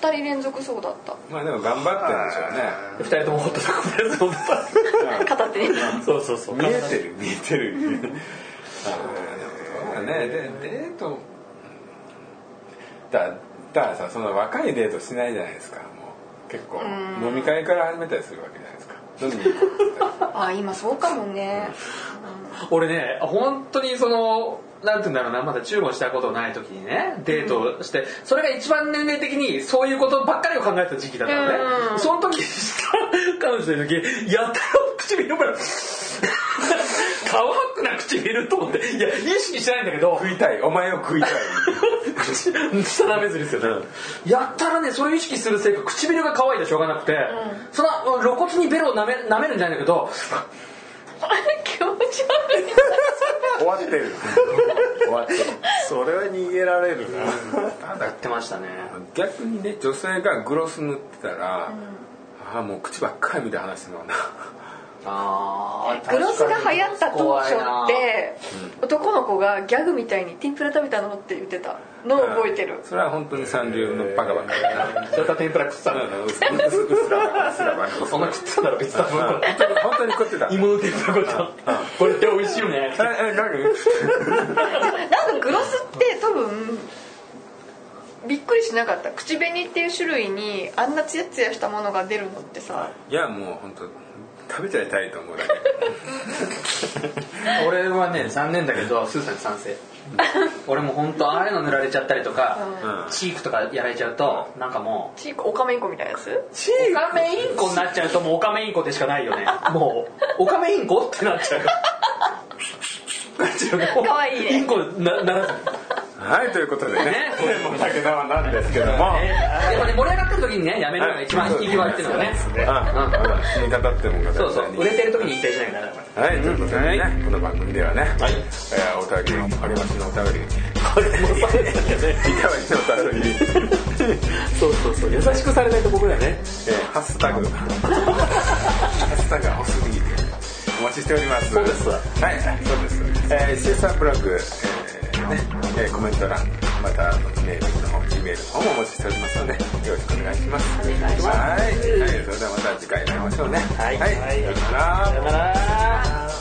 [SPEAKER 2] 2人連続そう だった
[SPEAKER 1] ょまあでも頑張
[SPEAKER 3] 二人ともホットドッグプレス持った
[SPEAKER 2] 片手に
[SPEAKER 3] そうそうそ
[SPEAKER 1] っ
[SPEAKER 3] う
[SPEAKER 1] てるんでしょうね見えてる見えて るああでもねでデートだだからさその若いデートしないじゃないですかもう結構飲み会から始めたりするわけじゃないですか飲みに行こうって言ったら
[SPEAKER 2] ああ今そうかもね
[SPEAKER 3] 俺ね本当にそのなんて言うんだろうなまだ注文したことない時にねデートをして、それが一番年齢的にそういうことばっかりを考えてた時期だったのね、
[SPEAKER 2] うん
[SPEAKER 3] その時にした彼女の時やたら唇から乾くな唇と思っていや意識してないんだけ ど
[SPEAKER 1] 食いたいお前を食い たい
[SPEAKER 3] 下目ずりですよね、やったらねそれを意識するせいか唇が乾いてしょうがなくて、その露骨にベロを舐め舐めるんじゃないんだけど
[SPEAKER 2] あれ気持ち悪い
[SPEAKER 1] 終わって る終わってる
[SPEAKER 4] それは逃げられるな、
[SPEAKER 3] やってましたね
[SPEAKER 1] 逆にね女性がグロス塗ってたら、ああもう口ばっかり見て話してるのかな
[SPEAKER 6] あー
[SPEAKER 2] グロスが
[SPEAKER 6] 確かに
[SPEAKER 2] 流行った当初
[SPEAKER 6] 怖い
[SPEAKER 2] っ
[SPEAKER 6] な
[SPEAKER 2] て男の子がギャグみたいに「ティンプラ食べたの?」って言ってたのを覚えてる
[SPEAKER 1] それは本当に三流のバカバカだな
[SPEAKER 7] それか天ぷら食ってたんだ
[SPEAKER 1] うすうすうすらばうすらば
[SPEAKER 7] そんな食ってたんだろ別に多分
[SPEAKER 1] 本当に食って た
[SPEAKER 6] 芋の天ぷらごとこれって美味しいよね
[SPEAKER 1] ええ何
[SPEAKER 2] なんかグロスって多分びっくりしなかった口紅っていう種類にあんなツヤツヤしたものが出るのってさ
[SPEAKER 1] いやもう本当食べちゃいたいと思うだけ
[SPEAKER 3] 俺はね残念だけどスーさんに賛成俺も本当ああいうの塗られちゃったりと
[SPEAKER 1] う
[SPEAKER 3] か
[SPEAKER 1] ん
[SPEAKER 3] チークとかやられちゃうとなんかも
[SPEAKER 2] チークオカメインコみたいなやつ
[SPEAKER 3] うオカメインコになっちゃうともうオカメインコでしかないよ ねもうオカメインコってなっちゃう
[SPEAKER 2] 可愛いね
[SPEAKER 3] インコなならず
[SPEAKER 1] はいということでね
[SPEAKER 3] ね
[SPEAKER 1] これも武田はなんですけども、
[SPEAKER 3] やっぱね盛り上がってる時にねやめるのが一番引き際っていうのがね
[SPEAKER 1] うんまあ死に方ってもんが
[SPEAKER 3] そうそう売れ
[SPEAKER 1] て
[SPEAKER 3] てる時に引退しなきゃならないから
[SPEAKER 1] はいということでね、この番組ではね、はいえー、お便り励ましのお便りいかがしのお便り
[SPEAKER 6] そうそうそう優しくされないと僕らね
[SPEAKER 1] えーハッシュタグハッシュタグは多すぎてお待ちしておりますそうですはいはいそうです、えー、シーサーブログ、えーねえーコメント欄またあのメールの方 G メールの方もお待ちしておりますのでよろしくお願いしますお願いしますはい、はい、それではまた次回会いましょうねはい、はい、さようなら
[SPEAKER 6] あー